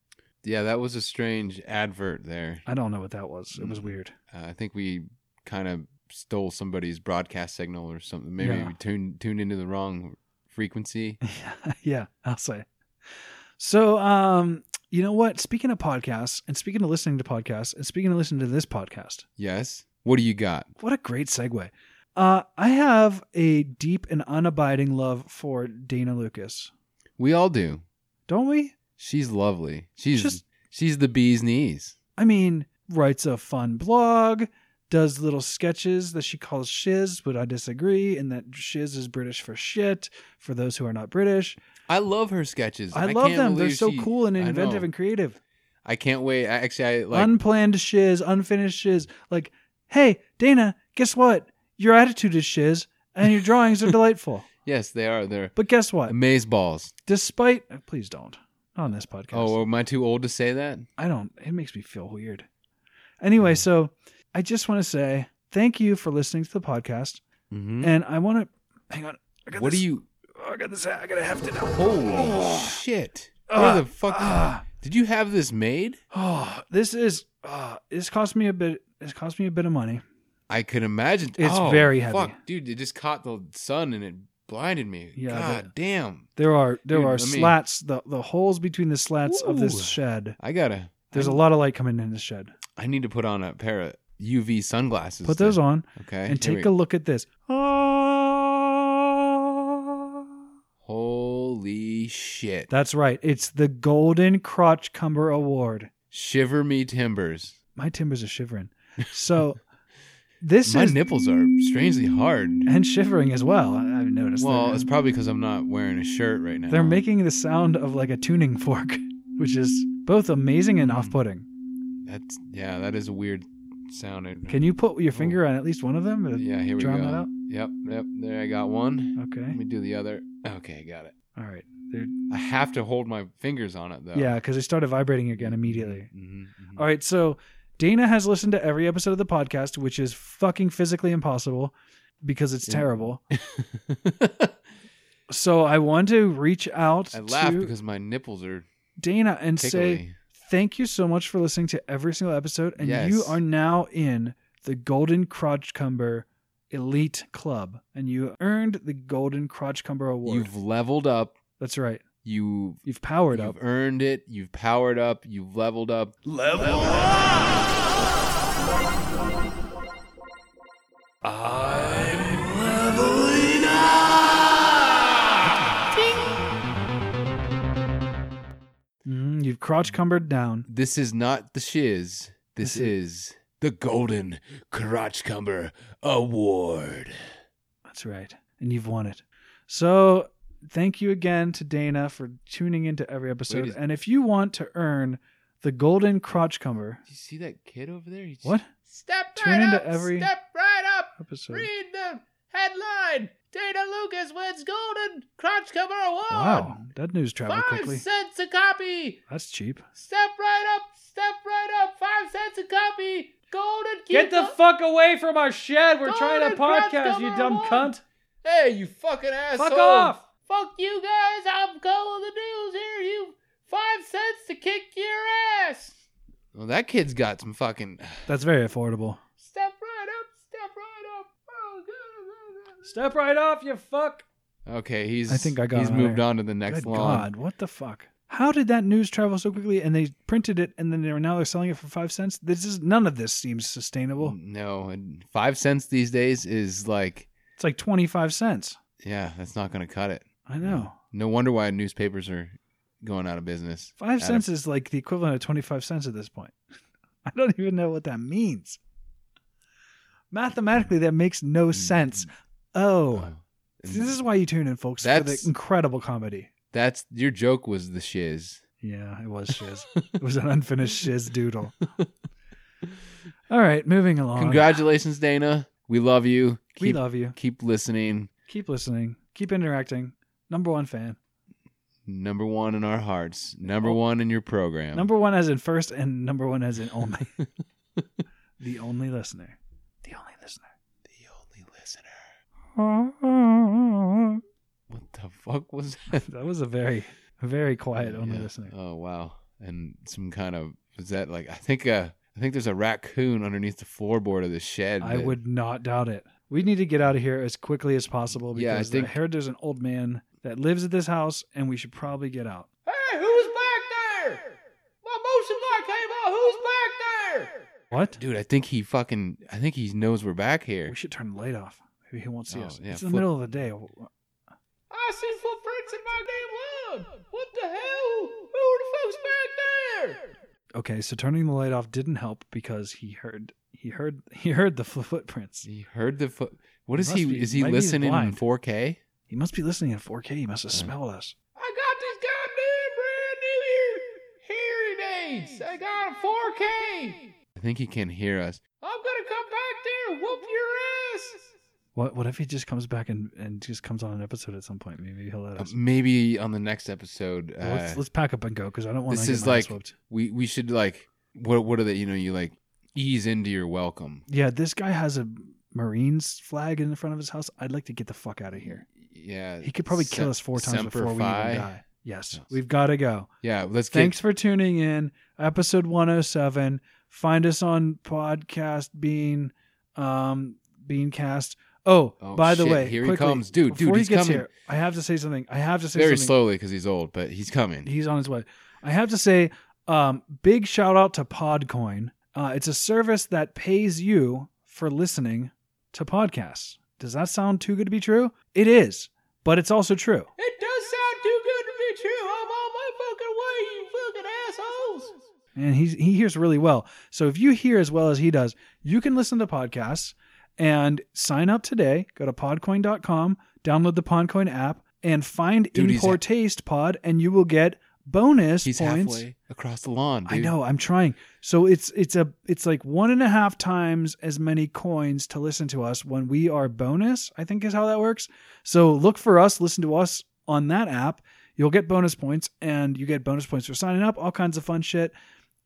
[SPEAKER 6] yeah, that was a strange advert there.
[SPEAKER 7] I don't know what that was. It was weird.
[SPEAKER 6] Uh, I think we kind of stole somebody's broadcast signal or something. Maybe
[SPEAKER 7] Yeah.
[SPEAKER 6] we tuned tuned into the wrong frequency.
[SPEAKER 7] yeah, I'll say. So, um, you know what? Speaking of podcasts, and speaking of listening to podcasts, and speaking of listening to this podcast,
[SPEAKER 6] yes. What do you got?
[SPEAKER 7] what a great segue! Uh, I have a deep and unabiding love for Dana Lucas,
[SPEAKER 6] We all do.
[SPEAKER 7] don't we?
[SPEAKER 6] She's lovely. She's
[SPEAKER 7] Just-
[SPEAKER 6] she's the bee's knees.
[SPEAKER 7] I mean, writes a fun blog, does little sketches that she calls shiz, but I disagree, and that shiz is British for shit for those who are not British.
[SPEAKER 6] I love her sketches.
[SPEAKER 7] I, love
[SPEAKER 6] can't
[SPEAKER 7] them; they're
[SPEAKER 6] believe
[SPEAKER 7] so
[SPEAKER 6] she-
[SPEAKER 7] cool and
[SPEAKER 6] I know.
[SPEAKER 7] inventive and creative.
[SPEAKER 6] I can't wait. I, actually, I like.
[SPEAKER 7] unplanned shiz, unfinished shiz. Like, hey, Dana, guess what? Your attitude is shiz, and your drawings are delightful.
[SPEAKER 6] yes, they are. They're
[SPEAKER 7] But guess what?
[SPEAKER 6] amaze balls.
[SPEAKER 7] Despite, uh, please don't Not on this podcast.
[SPEAKER 6] Oh, am I too old to say that?
[SPEAKER 7] I don't. It makes me feel weird. Anyway, so I just want to say thank you for listening to the podcast,
[SPEAKER 6] Mm-hmm.
[SPEAKER 7] and I want to hang on. I got
[SPEAKER 6] What do
[SPEAKER 7] this-
[SPEAKER 6] you?
[SPEAKER 7] Oh, I got this. I gotta have to now.
[SPEAKER 6] Holy
[SPEAKER 7] Oh.
[SPEAKER 6] shit!
[SPEAKER 7] Ah,
[SPEAKER 6] Where the fuck
[SPEAKER 7] ah.
[SPEAKER 6] did you have this made?
[SPEAKER 7] Oh, this is. Oh, this cost me a bit. This cost me a bit of money.
[SPEAKER 6] I could imagine.
[SPEAKER 7] It's
[SPEAKER 6] Oh,
[SPEAKER 7] very heavy.
[SPEAKER 6] Fuck, dude, it just caught the sun and it blinded me.
[SPEAKER 7] Yeah,
[SPEAKER 6] God
[SPEAKER 7] the-
[SPEAKER 6] damn!
[SPEAKER 7] There are there
[SPEAKER 6] Dude,
[SPEAKER 7] are
[SPEAKER 6] let me-
[SPEAKER 7] slats the the holes between the slats of this
[SPEAKER 6] Ooh.
[SPEAKER 7] shed.
[SPEAKER 6] I gotta.
[SPEAKER 7] There's
[SPEAKER 6] I,
[SPEAKER 7] a lot of light coming in this shed.
[SPEAKER 6] I need to put on a pair of UV sunglasses.
[SPEAKER 7] Put those
[SPEAKER 6] to-
[SPEAKER 7] on
[SPEAKER 6] Okay.
[SPEAKER 7] and
[SPEAKER 6] here
[SPEAKER 7] take a
[SPEAKER 6] we-
[SPEAKER 7] look at this. Ah.
[SPEAKER 6] Holy shit!
[SPEAKER 7] That's right. It's the Golden Crotch Cumber Award.
[SPEAKER 6] Shiver me timbers.
[SPEAKER 7] My timbers are shivering. So this
[SPEAKER 6] My
[SPEAKER 7] is
[SPEAKER 6] nipples are strangely hard.
[SPEAKER 7] and shivering as well. I- I've noticed.
[SPEAKER 6] Well,
[SPEAKER 7] that.
[SPEAKER 6] it's probably because I'm not wearing a shirt right now.
[SPEAKER 7] they're making the sound of like a tuning fork, which is both amazing
[SPEAKER 6] Hmm.
[SPEAKER 7] and off-putting.
[SPEAKER 6] That's yeah, that is a weird sound.
[SPEAKER 7] Can you put your finger on at least one of them? to
[SPEAKER 6] Oh. Yeah, here we
[SPEAKER 7] drown
[SPEAKER 6] go.
[SPEAKER 7] that out?
[SPEAKER 6] Yep, yep. There, I got one.
[SPEAKER 7] Okay.
[SPEAKER 6] Let me do the other. Okay, got it.
[SPEAKER 7] All right. They're,
[SPEAKER 6] I have to hold my fingers on it though.
[SPEAKER 7] yeah, because they started vibrating again immediately.
[SPEAKER 6] hmm
[SPEAKER 7] All right, so Dana has listened to every episode of the podcast, which is fucking physically impossible because it's
[SPEAKER 6] Yeah.
[SPEAKER 7] terrible. So I want to reach out
[SPEAKER 6] I laugh
[SPEAKER 7] to
[SPEAKER 6] because my nipples are
[SPEAKER 7] Dana and say
[SPEAKER 6] tickly.
[SPEAKER 7] thank you so much for listening to every single episode, and
[SPEAKER 6] Yes.
[SPEAKER 7] you are now in the Golden Crotch Cumber Elite Club, and you earned the Golden Crotch Cumber Award.
[SPEAKER 6] You've leveled up.
[SPEAKER 7] That's right,
[SPEAKER 6] You've
[SPEAKER 7] you've powered
[SPEAKER 6] you've
[SPEAKER 7] up.
[SPEAKER 6] earned it. You've powered up. You've leveled up.
[SPEAKER 8] Leveling up!
[SPEAKER 7] crotch cumbered Mm-hmm. down.
[SPEAKER 6] This is not the shiz. This is the Golden Crotch Cumber Award.
[SPEAKER 7] That's right. And you've won it. So thank you again to Dana for tuning into every episode.
[SPEAKER 6] is-
[SPEAKER 7] and if you want to earn the golden crotch cumber
[SPEAKER 6] Do you see that kid over there? He's
[SPEAKER 7] What?
[SPEAKER 6] Step
[SPEAKER 7] Tune
[SPEAKER 6] right
[SPEAKER 7] into
[SPEAKER 6] up.
[SPEAKER 7] every-
[SPEAKER 6] Step right up.
[SPEAKER 7] episode,
[SPEAKER 6] Read the headline. Dana Lucas wins Golden Crotch Cover Award.
[SPEAKER 7] wow, that news traveled
[SPEAKER 6] Five
[SPEAKER 7] quickly.
[SPEAKER 6] cents a copy.
[SPEAKER 7] That's cheap.
[SPEAKER 6] Step right up. Step right up. Five cents a copy. Golden.
[SPEAKER 5] Get
[SPEAKER 6] Keep
[SPEAKER 5] the
[SPEAKER 6] up.
[SPEAKER 5] fuck away from our shed. We're
[SPEAKER 6] Go
[SPEAKER 5] trying to
[SPEAKER 6] to Crotch
[SPEAKER 5] podcast, you
[SPEAKER 6] Cover
[SPEAKER 5] dumb
[SPEAKER 6] Award.
[SPEAKER 5] cunt.
[SPEAKER 6] Hey, you fucking asshole.
[SPEAKER 5] Fuck off.
[SPEAKER 6] Fuck you guys. I'm calling the news here. You five cents to kick your ass. Well, that kid's got some fucking.
[SPEAKER 7] That's very affordable.
[SPEAKER 6] Step right up. Step right up. Oh, God.
[SPEAKER 5] Step right off, you fuck.
[SPEAKER 6] Okay, he's.
[SPEAKER 7] I think I got
[SPEAKER 6] He's
[SPEAKER 7] it.
[SPEAKER 6] moved on to the next
[SPEAKER 7] Good
[SPEAKER 6] lawn.
[SPEAKER 7] God, what the fuck? How did that news travel so quickly? And they printed it, and then they're now they're selling it for five cents. This is none of this seems
[SPEAKER 6] Hmm.
[SPEAKER 7] sustainable.
[SPEAKER 6] No, and five cents these days is like,
[SPEAKER 7] It's like twenty five cents.
[SPEAKER 6] yeah, that's not going to cut it.
[SPEAKER 7] I know.
[SPEAKER 6] No wonder why newspapers are going out of business.
[SPEAKER 7] Five
[SPEAKER 6] Out
[SPEAKER 7] cents is like the equivalent of 25 cents at this point. I don't even know what that means. Mathematically, that makes no sense.
[SPEAKER 6] of-
[SPEAKER 7] Oh,
[SPEAKER 6] Oh.
[SPEAKER 7] See, this is why you tune in, folks, for
[SPEAKER 6] That's-
[SPEAKER 7] the incredible comedy.
[SPEAKER 6] That's your joke was the shiz.
[SPEAKER 7] Yeah, it was shiz. it was an unfinished shiz doodle. All right, moving along.
[SPEAKER 6] Congratulations, Dana. We love you. Keep,
[SPEAKER 7] We love you.
[SPEAKER 6] Keep listening.
[SPEAKER 7] Keep listening. Keep interacting. Number one fan.
[SPEAKER 6] Number one in our hearts. Number one in your program.
[SPEAKER 7] Oh. Number one as in first, and number one as in only. the only listener. The only listener.
[SPEAKER 6] The only listener.
[SPEAKER 7] that
[SPEAKER 6] What the fuck was that?
[SPEAKER 7] was a very, a very quiet only
[SPEAKER 6] Yeah.
[SPEAKER 7] listener.
[SPEAKER 6] Oh wow. And some kind of is that like I think uh I think there's a raccoon underneath the floorboard of the shed.
[SPEAKER 7] I
[SPEAKER 6] that-
[SPEAKER 7] would not doubt it. We need to get out of here as quickly as possible because
[SPEAKER 6] Yeah, I
[SPEAKER 7] I
[SPEAKER 6] think-
[SPEAKER 7] heard there's an old man that lives at this house, and we should probably get out.
[SPEAKER 6] Hey, who's back there? My motion light came out. Who's back there?
[SPEAKER 7] What?
[SPEAKER 6] Dude, I think he fucking. I think he knows we're back here.
[SPEAKER 7] We should turn the light off. Maybe he won't see
[SPEAKER 6] Oh,
[SPEAKER 7] us.
[SPEAKER 6] yeah,
[SPEAKER 7] it's
[SPEAKER 6] flip-
[SPEAKER 7] the middle of the day.
[SPEAKER 6] I see footprints in my damn lawn. What the hell? Who the fuck's back there?
[SPEAKER 7] Okay, so turning the light off didn't help because he heard, he heard, he heard the fo- footprints.
[SPEAKER 6] He heard the foot. What
[SPEAKER 7] He
[SPEAKER 6] is he?
[SPEAKER 7] must be-
[SPEAKER 6] is he
[SPEAKER 7] maybe he's
[SPEAKER 6] listening in
[SPEAKER 7] blind.
[SPEAKER 6] 4K?
[SPEAKER 7] He must be listening in 4K. He must have smelled us.
[SPEAKER 6] I got these goddamn brand new ear hearing aids. I got a 4K. I think he can hear us. I'm gonna come back there and whoop your ass.
[SPEAKER 7] What? What if he just comes back and, and just comes on an episode at some point? Maybe he'll let
[SPEAKER 6] Uh,
[SPEAKER 7] us.
[SPEAKER 6] maybe on the next episode.
[SPEAKER 7] Well, let's,
[SPEAKER 6] uh,
[SPEAKER 7] let's pack up and go because I don't want
[SPEAKER 6] this
[SPEAKER 7] to
[SPEAKER 6] is
[SPEAKER 7] get my ass
[SPEAKER 6] like-
[SPEAKER 7] whooped.
[SPEAKER 6] we we should like what what are they? You know, you like ease into your welcome.
[SPEAKER 7] Yeah, this guy has a Marines flag in the front of his house. I'd like to get the fuck out of here.
[SPEAKER 6] Yeah,
[SPEAKER 7] He could probably kill
[SPEAKER 6] Sem-
[SPEAKER 7] us four times
[SPEAKER 6] Semper
[SPEAKER 7] before we
[SPEAKER 6] Fi.
[SPEAKER 7] even die. Yes,
[SPEAKER 6] Yes.
[SPEAKER 7] we've got to go.
[SPEAKER 6] Yeah, let's get
[SPEAKER 7] Thanks for tuning in. Episode 107. Find us on podcast Bean, um, Beancast. Oh,
[SPEAKER 6] Oh,
[SPEAKER 7] by the
[SPEAKER 6] shit,
[SPEAKER 7] way,
[SPEAKER 6] here he
[SPEAKER 7] quickly,
[SPEAKER 6] comes. Dude, dude,
[SPEAKER 7] before
[SPEAKER 6] he's
[SPEAKER 7] he gets
[SPEAKER 6] coming.
[SPEAKER 7] here, I have to say something. I have to say
[SPEAKER 6] very
[SPEAKER 7] something.
[SPEAKER 6] slowly because he's old, but he's coming.
[SPEAKER 7] He's on his way. I have to say, um, big shout out to Podcoin. Uh, it's a service that pays you for listening to podcasts. Does that sound too good to be true? It is, but it's also true.
[SPEAKER 6] It does sound too good to be true. I'm on my fucking way, you fucking assholes.
[SPEAKER 7] And he's, he hears really well. So if you hear as well as he does, you can listen to podcasts and sign up today. Go to podcoin.com, download the Podcoin app, and find
[SPEAKER 6] Dude,
[SPEAKER 7] In
[SPEAKER 6] he's
[SPEAKER 7] Poor
[SPEAKER 6] ha-
[SPEAKER 7] Taste Pod, and you will get bonus
[SPEAKER 6] He's
[SPEAKER 7] points.
[SPEAKER 6] halfway across the lawn, dude.
[SPEAKER 7] I know. I'm trying. So it's it's a it's like one and a half times as many coins to listen to us when we are bonus. I think is how that works. So look for us. Listen to us on that app. You'll get bonus points, and you get bonus points for signing up. All kinds of fun shit.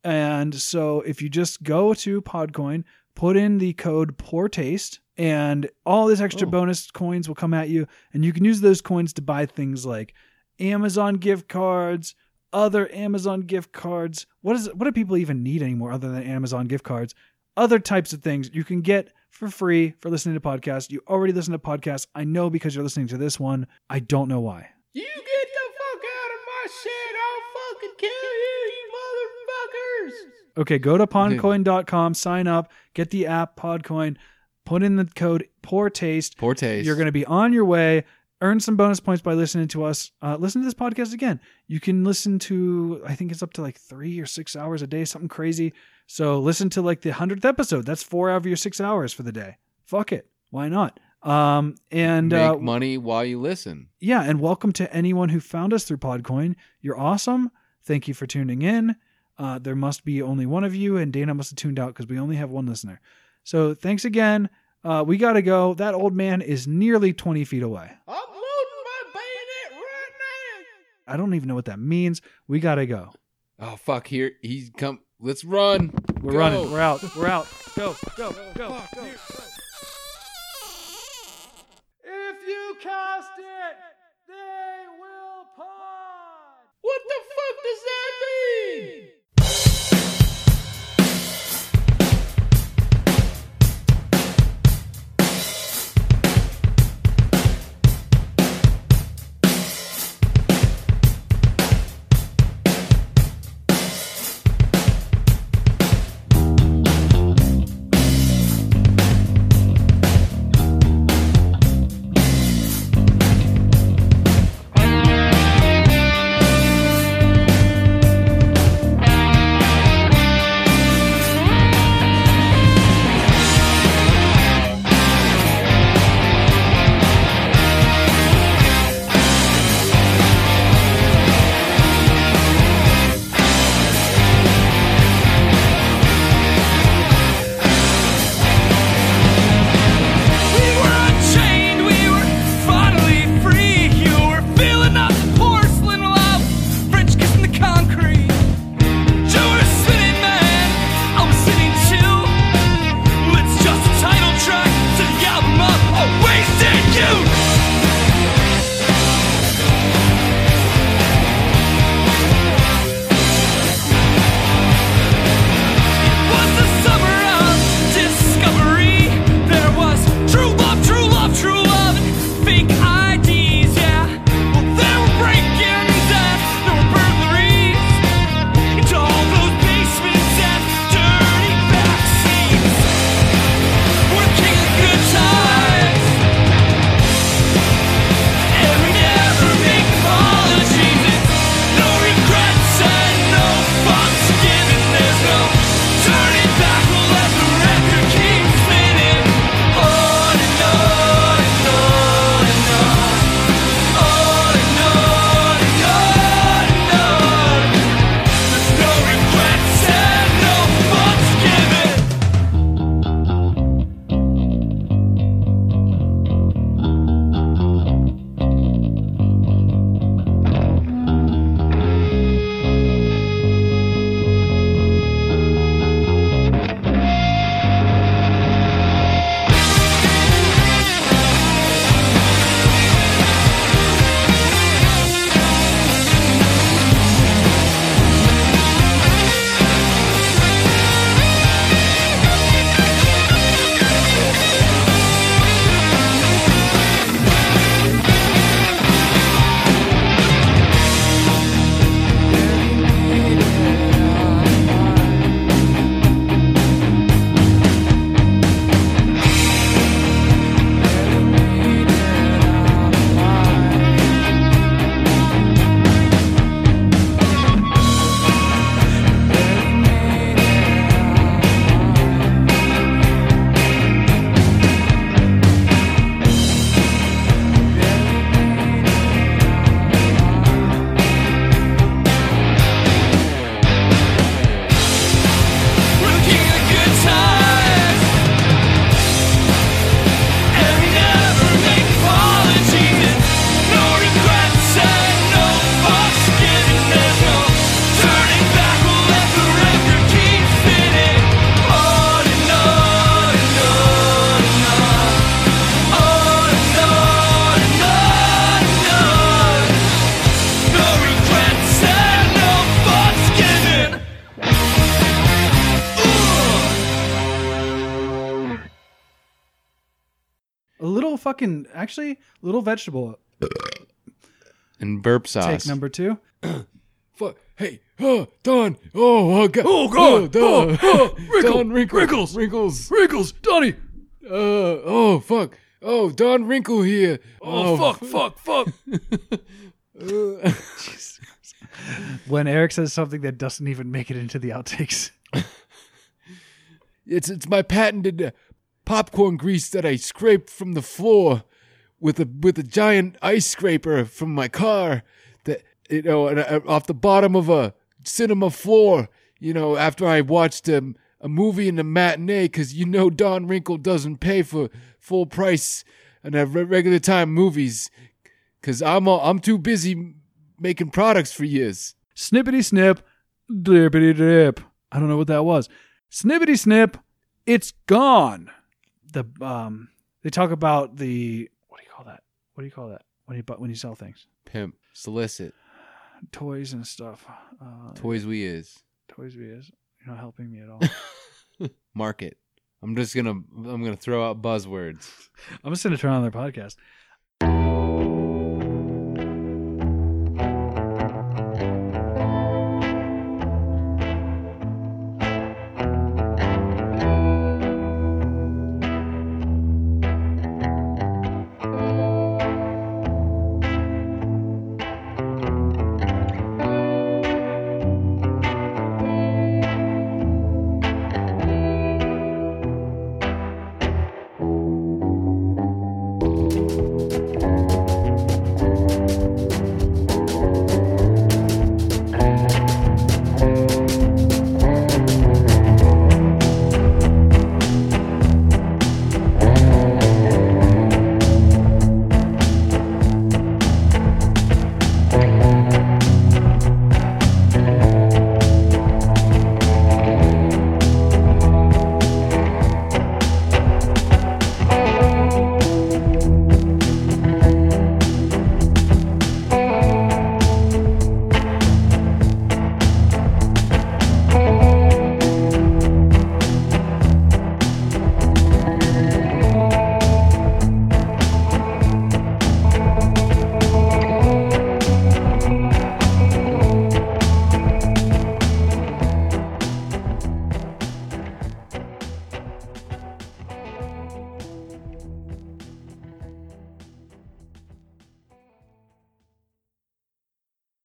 [SPEAKER 7] And so if you just go to Podcoin, put in the code Poor Taste, and all these extra
[SPEAKER 6] Oh.
[SPEAKER 7] bonus coins will come at you, and you can use those coins to buy things like Amazon gift cards, other Amazon gift cards. What is what do people even need anymore other than Amazon gift cards? Other types of things you can get for free for listening to podcasts. You already listen to podcasts. I know because you're listening to this one. I don't know why.
[SPEAKER 6] You get the fuck out of my shit. I'll fucking kill you, you motherfuckers.
[SPEAKER 7] Okay, go to podcoin.com, sign up, get the app Podcoin, put in the code poor taste.
[SPEAKER 6] Poor taste.
[SPEAKER 7] You're going to be on your way Earn some bonus points by listening to us. Uh, listen to this podcast again. You can listen to, I think it's up to like three or six hours a day, something crazy. So listen to like the 100th episode. That's four out of your six hours for the day. Fuck it. Why not? Um, and
[SPEAKER 6] Make
[SPEAKER 7] uh,
[SPEAKER 6] money while you listen.
[SPEAKER 7] yeah, and welcome to anyone who found us through Podcoin. You're awesome. Thank you for tuning in. Uh, there must be only one of you, and Dana must have tuned out because we only have one listener. So thanks again. Uh, we got to go. That old man is nearly 20 feet away.
[SPEAKER 9] I'm loading my bayonet right now.
[SPEAKER 7] I don't even know what that means. We got to go.
[SPEAKER 6] Oh fuck! Here he's come. Let's run.
[SPEAKER 7] We're
[SPEAKER 6] Go.
[SPEAKER 7] running. We're out. We're out. Go, go,
[SPEAKER 9] Oh,
[SPEAKER 7] go, go.
[SPEAKER 5] If you cast it, they will pause.
[SPEAKER 9] What the fuck does that mean?
[SPEAKER 10] We were unchained, we were bodily free. You were filling up the porcelain while I was French kissing the concrete. You were a sitting man, I was sitting too. It's just a title track to the album of A Wasted Youth. was the summer of discovery. There was true love, true love, true love, and fake IDs, yeah. Well, there were break-ins and there were burglaries. Into all those basements and dirty backseats. We're kicking good times. And we never make apologies. It's no regrets and no fucks given. There's no turning back. We'll let the record keep spinning on and on and on and on. On and on and on and on. There's no regrets and no fucks given. We're the king of the good times, and we never make apologies. No regrets and no fucks given. There's no turning back. We'll let the record keep spinning on and on and on and on, on and on and on and on. No regrets and no fucks given.
[SPEAKER 7] A little fucking, actually, little vegetable
[SPEAKER 6] And burp sauce.
[SPEAKER 7] take number two.
[SPEAKER 1] Fuck. Hey, oh, Don. Oh, oh, God. Oh,
[SPEAKER 6] God.
[SPEAKER 1] Don.
[SPEAKER 6] Oh, oh, Wrinkle.
[SPEAKER 1] Don Wrinkles.
[SPEAKER 6] Wrinkles.
[SPEAKER 1] Wrinkles. Donnie. Uh, oh, fuck. Oh, Don Wrinkle here.
[SPEAKER 11] Oh, fuck, fuck, fuck.
[SPEAKER 7] When Eric says something that doesn't even make it into the outtakes.
[SPEAKER 1] It's it's my patented uh, popcorn grease that I scraped from the floor with a with a giant ice scraper from my car that you know and, uh, off the bottom of a cinema floor. You know, after I watched um, a movie in the matinee, because you know Don Wrinkle doesn't pay for full price and have re- regular time movies, because I'm uh, I'm too busy making products for years.
[SPEAKER 7] Snippity snip, drippity drip. I don't know what that was. Snippity snip, it's gone. The um, they talk about the what do you call that? What do you call that when you bu- when you sell things,
[SPEAKER 1] Pimp, solicit,
[SPEAKER 7] toys and stuff. Uh,
[SPEAKER 1] toys we is.
[SPEAKER 7] toys we is. You're not helping me at all.
[SPEAKER 1] market. I'm just gonna I'm gonna throw out buzzwords.
[SPEAKER 7] I'm just gonna turn on their podcast.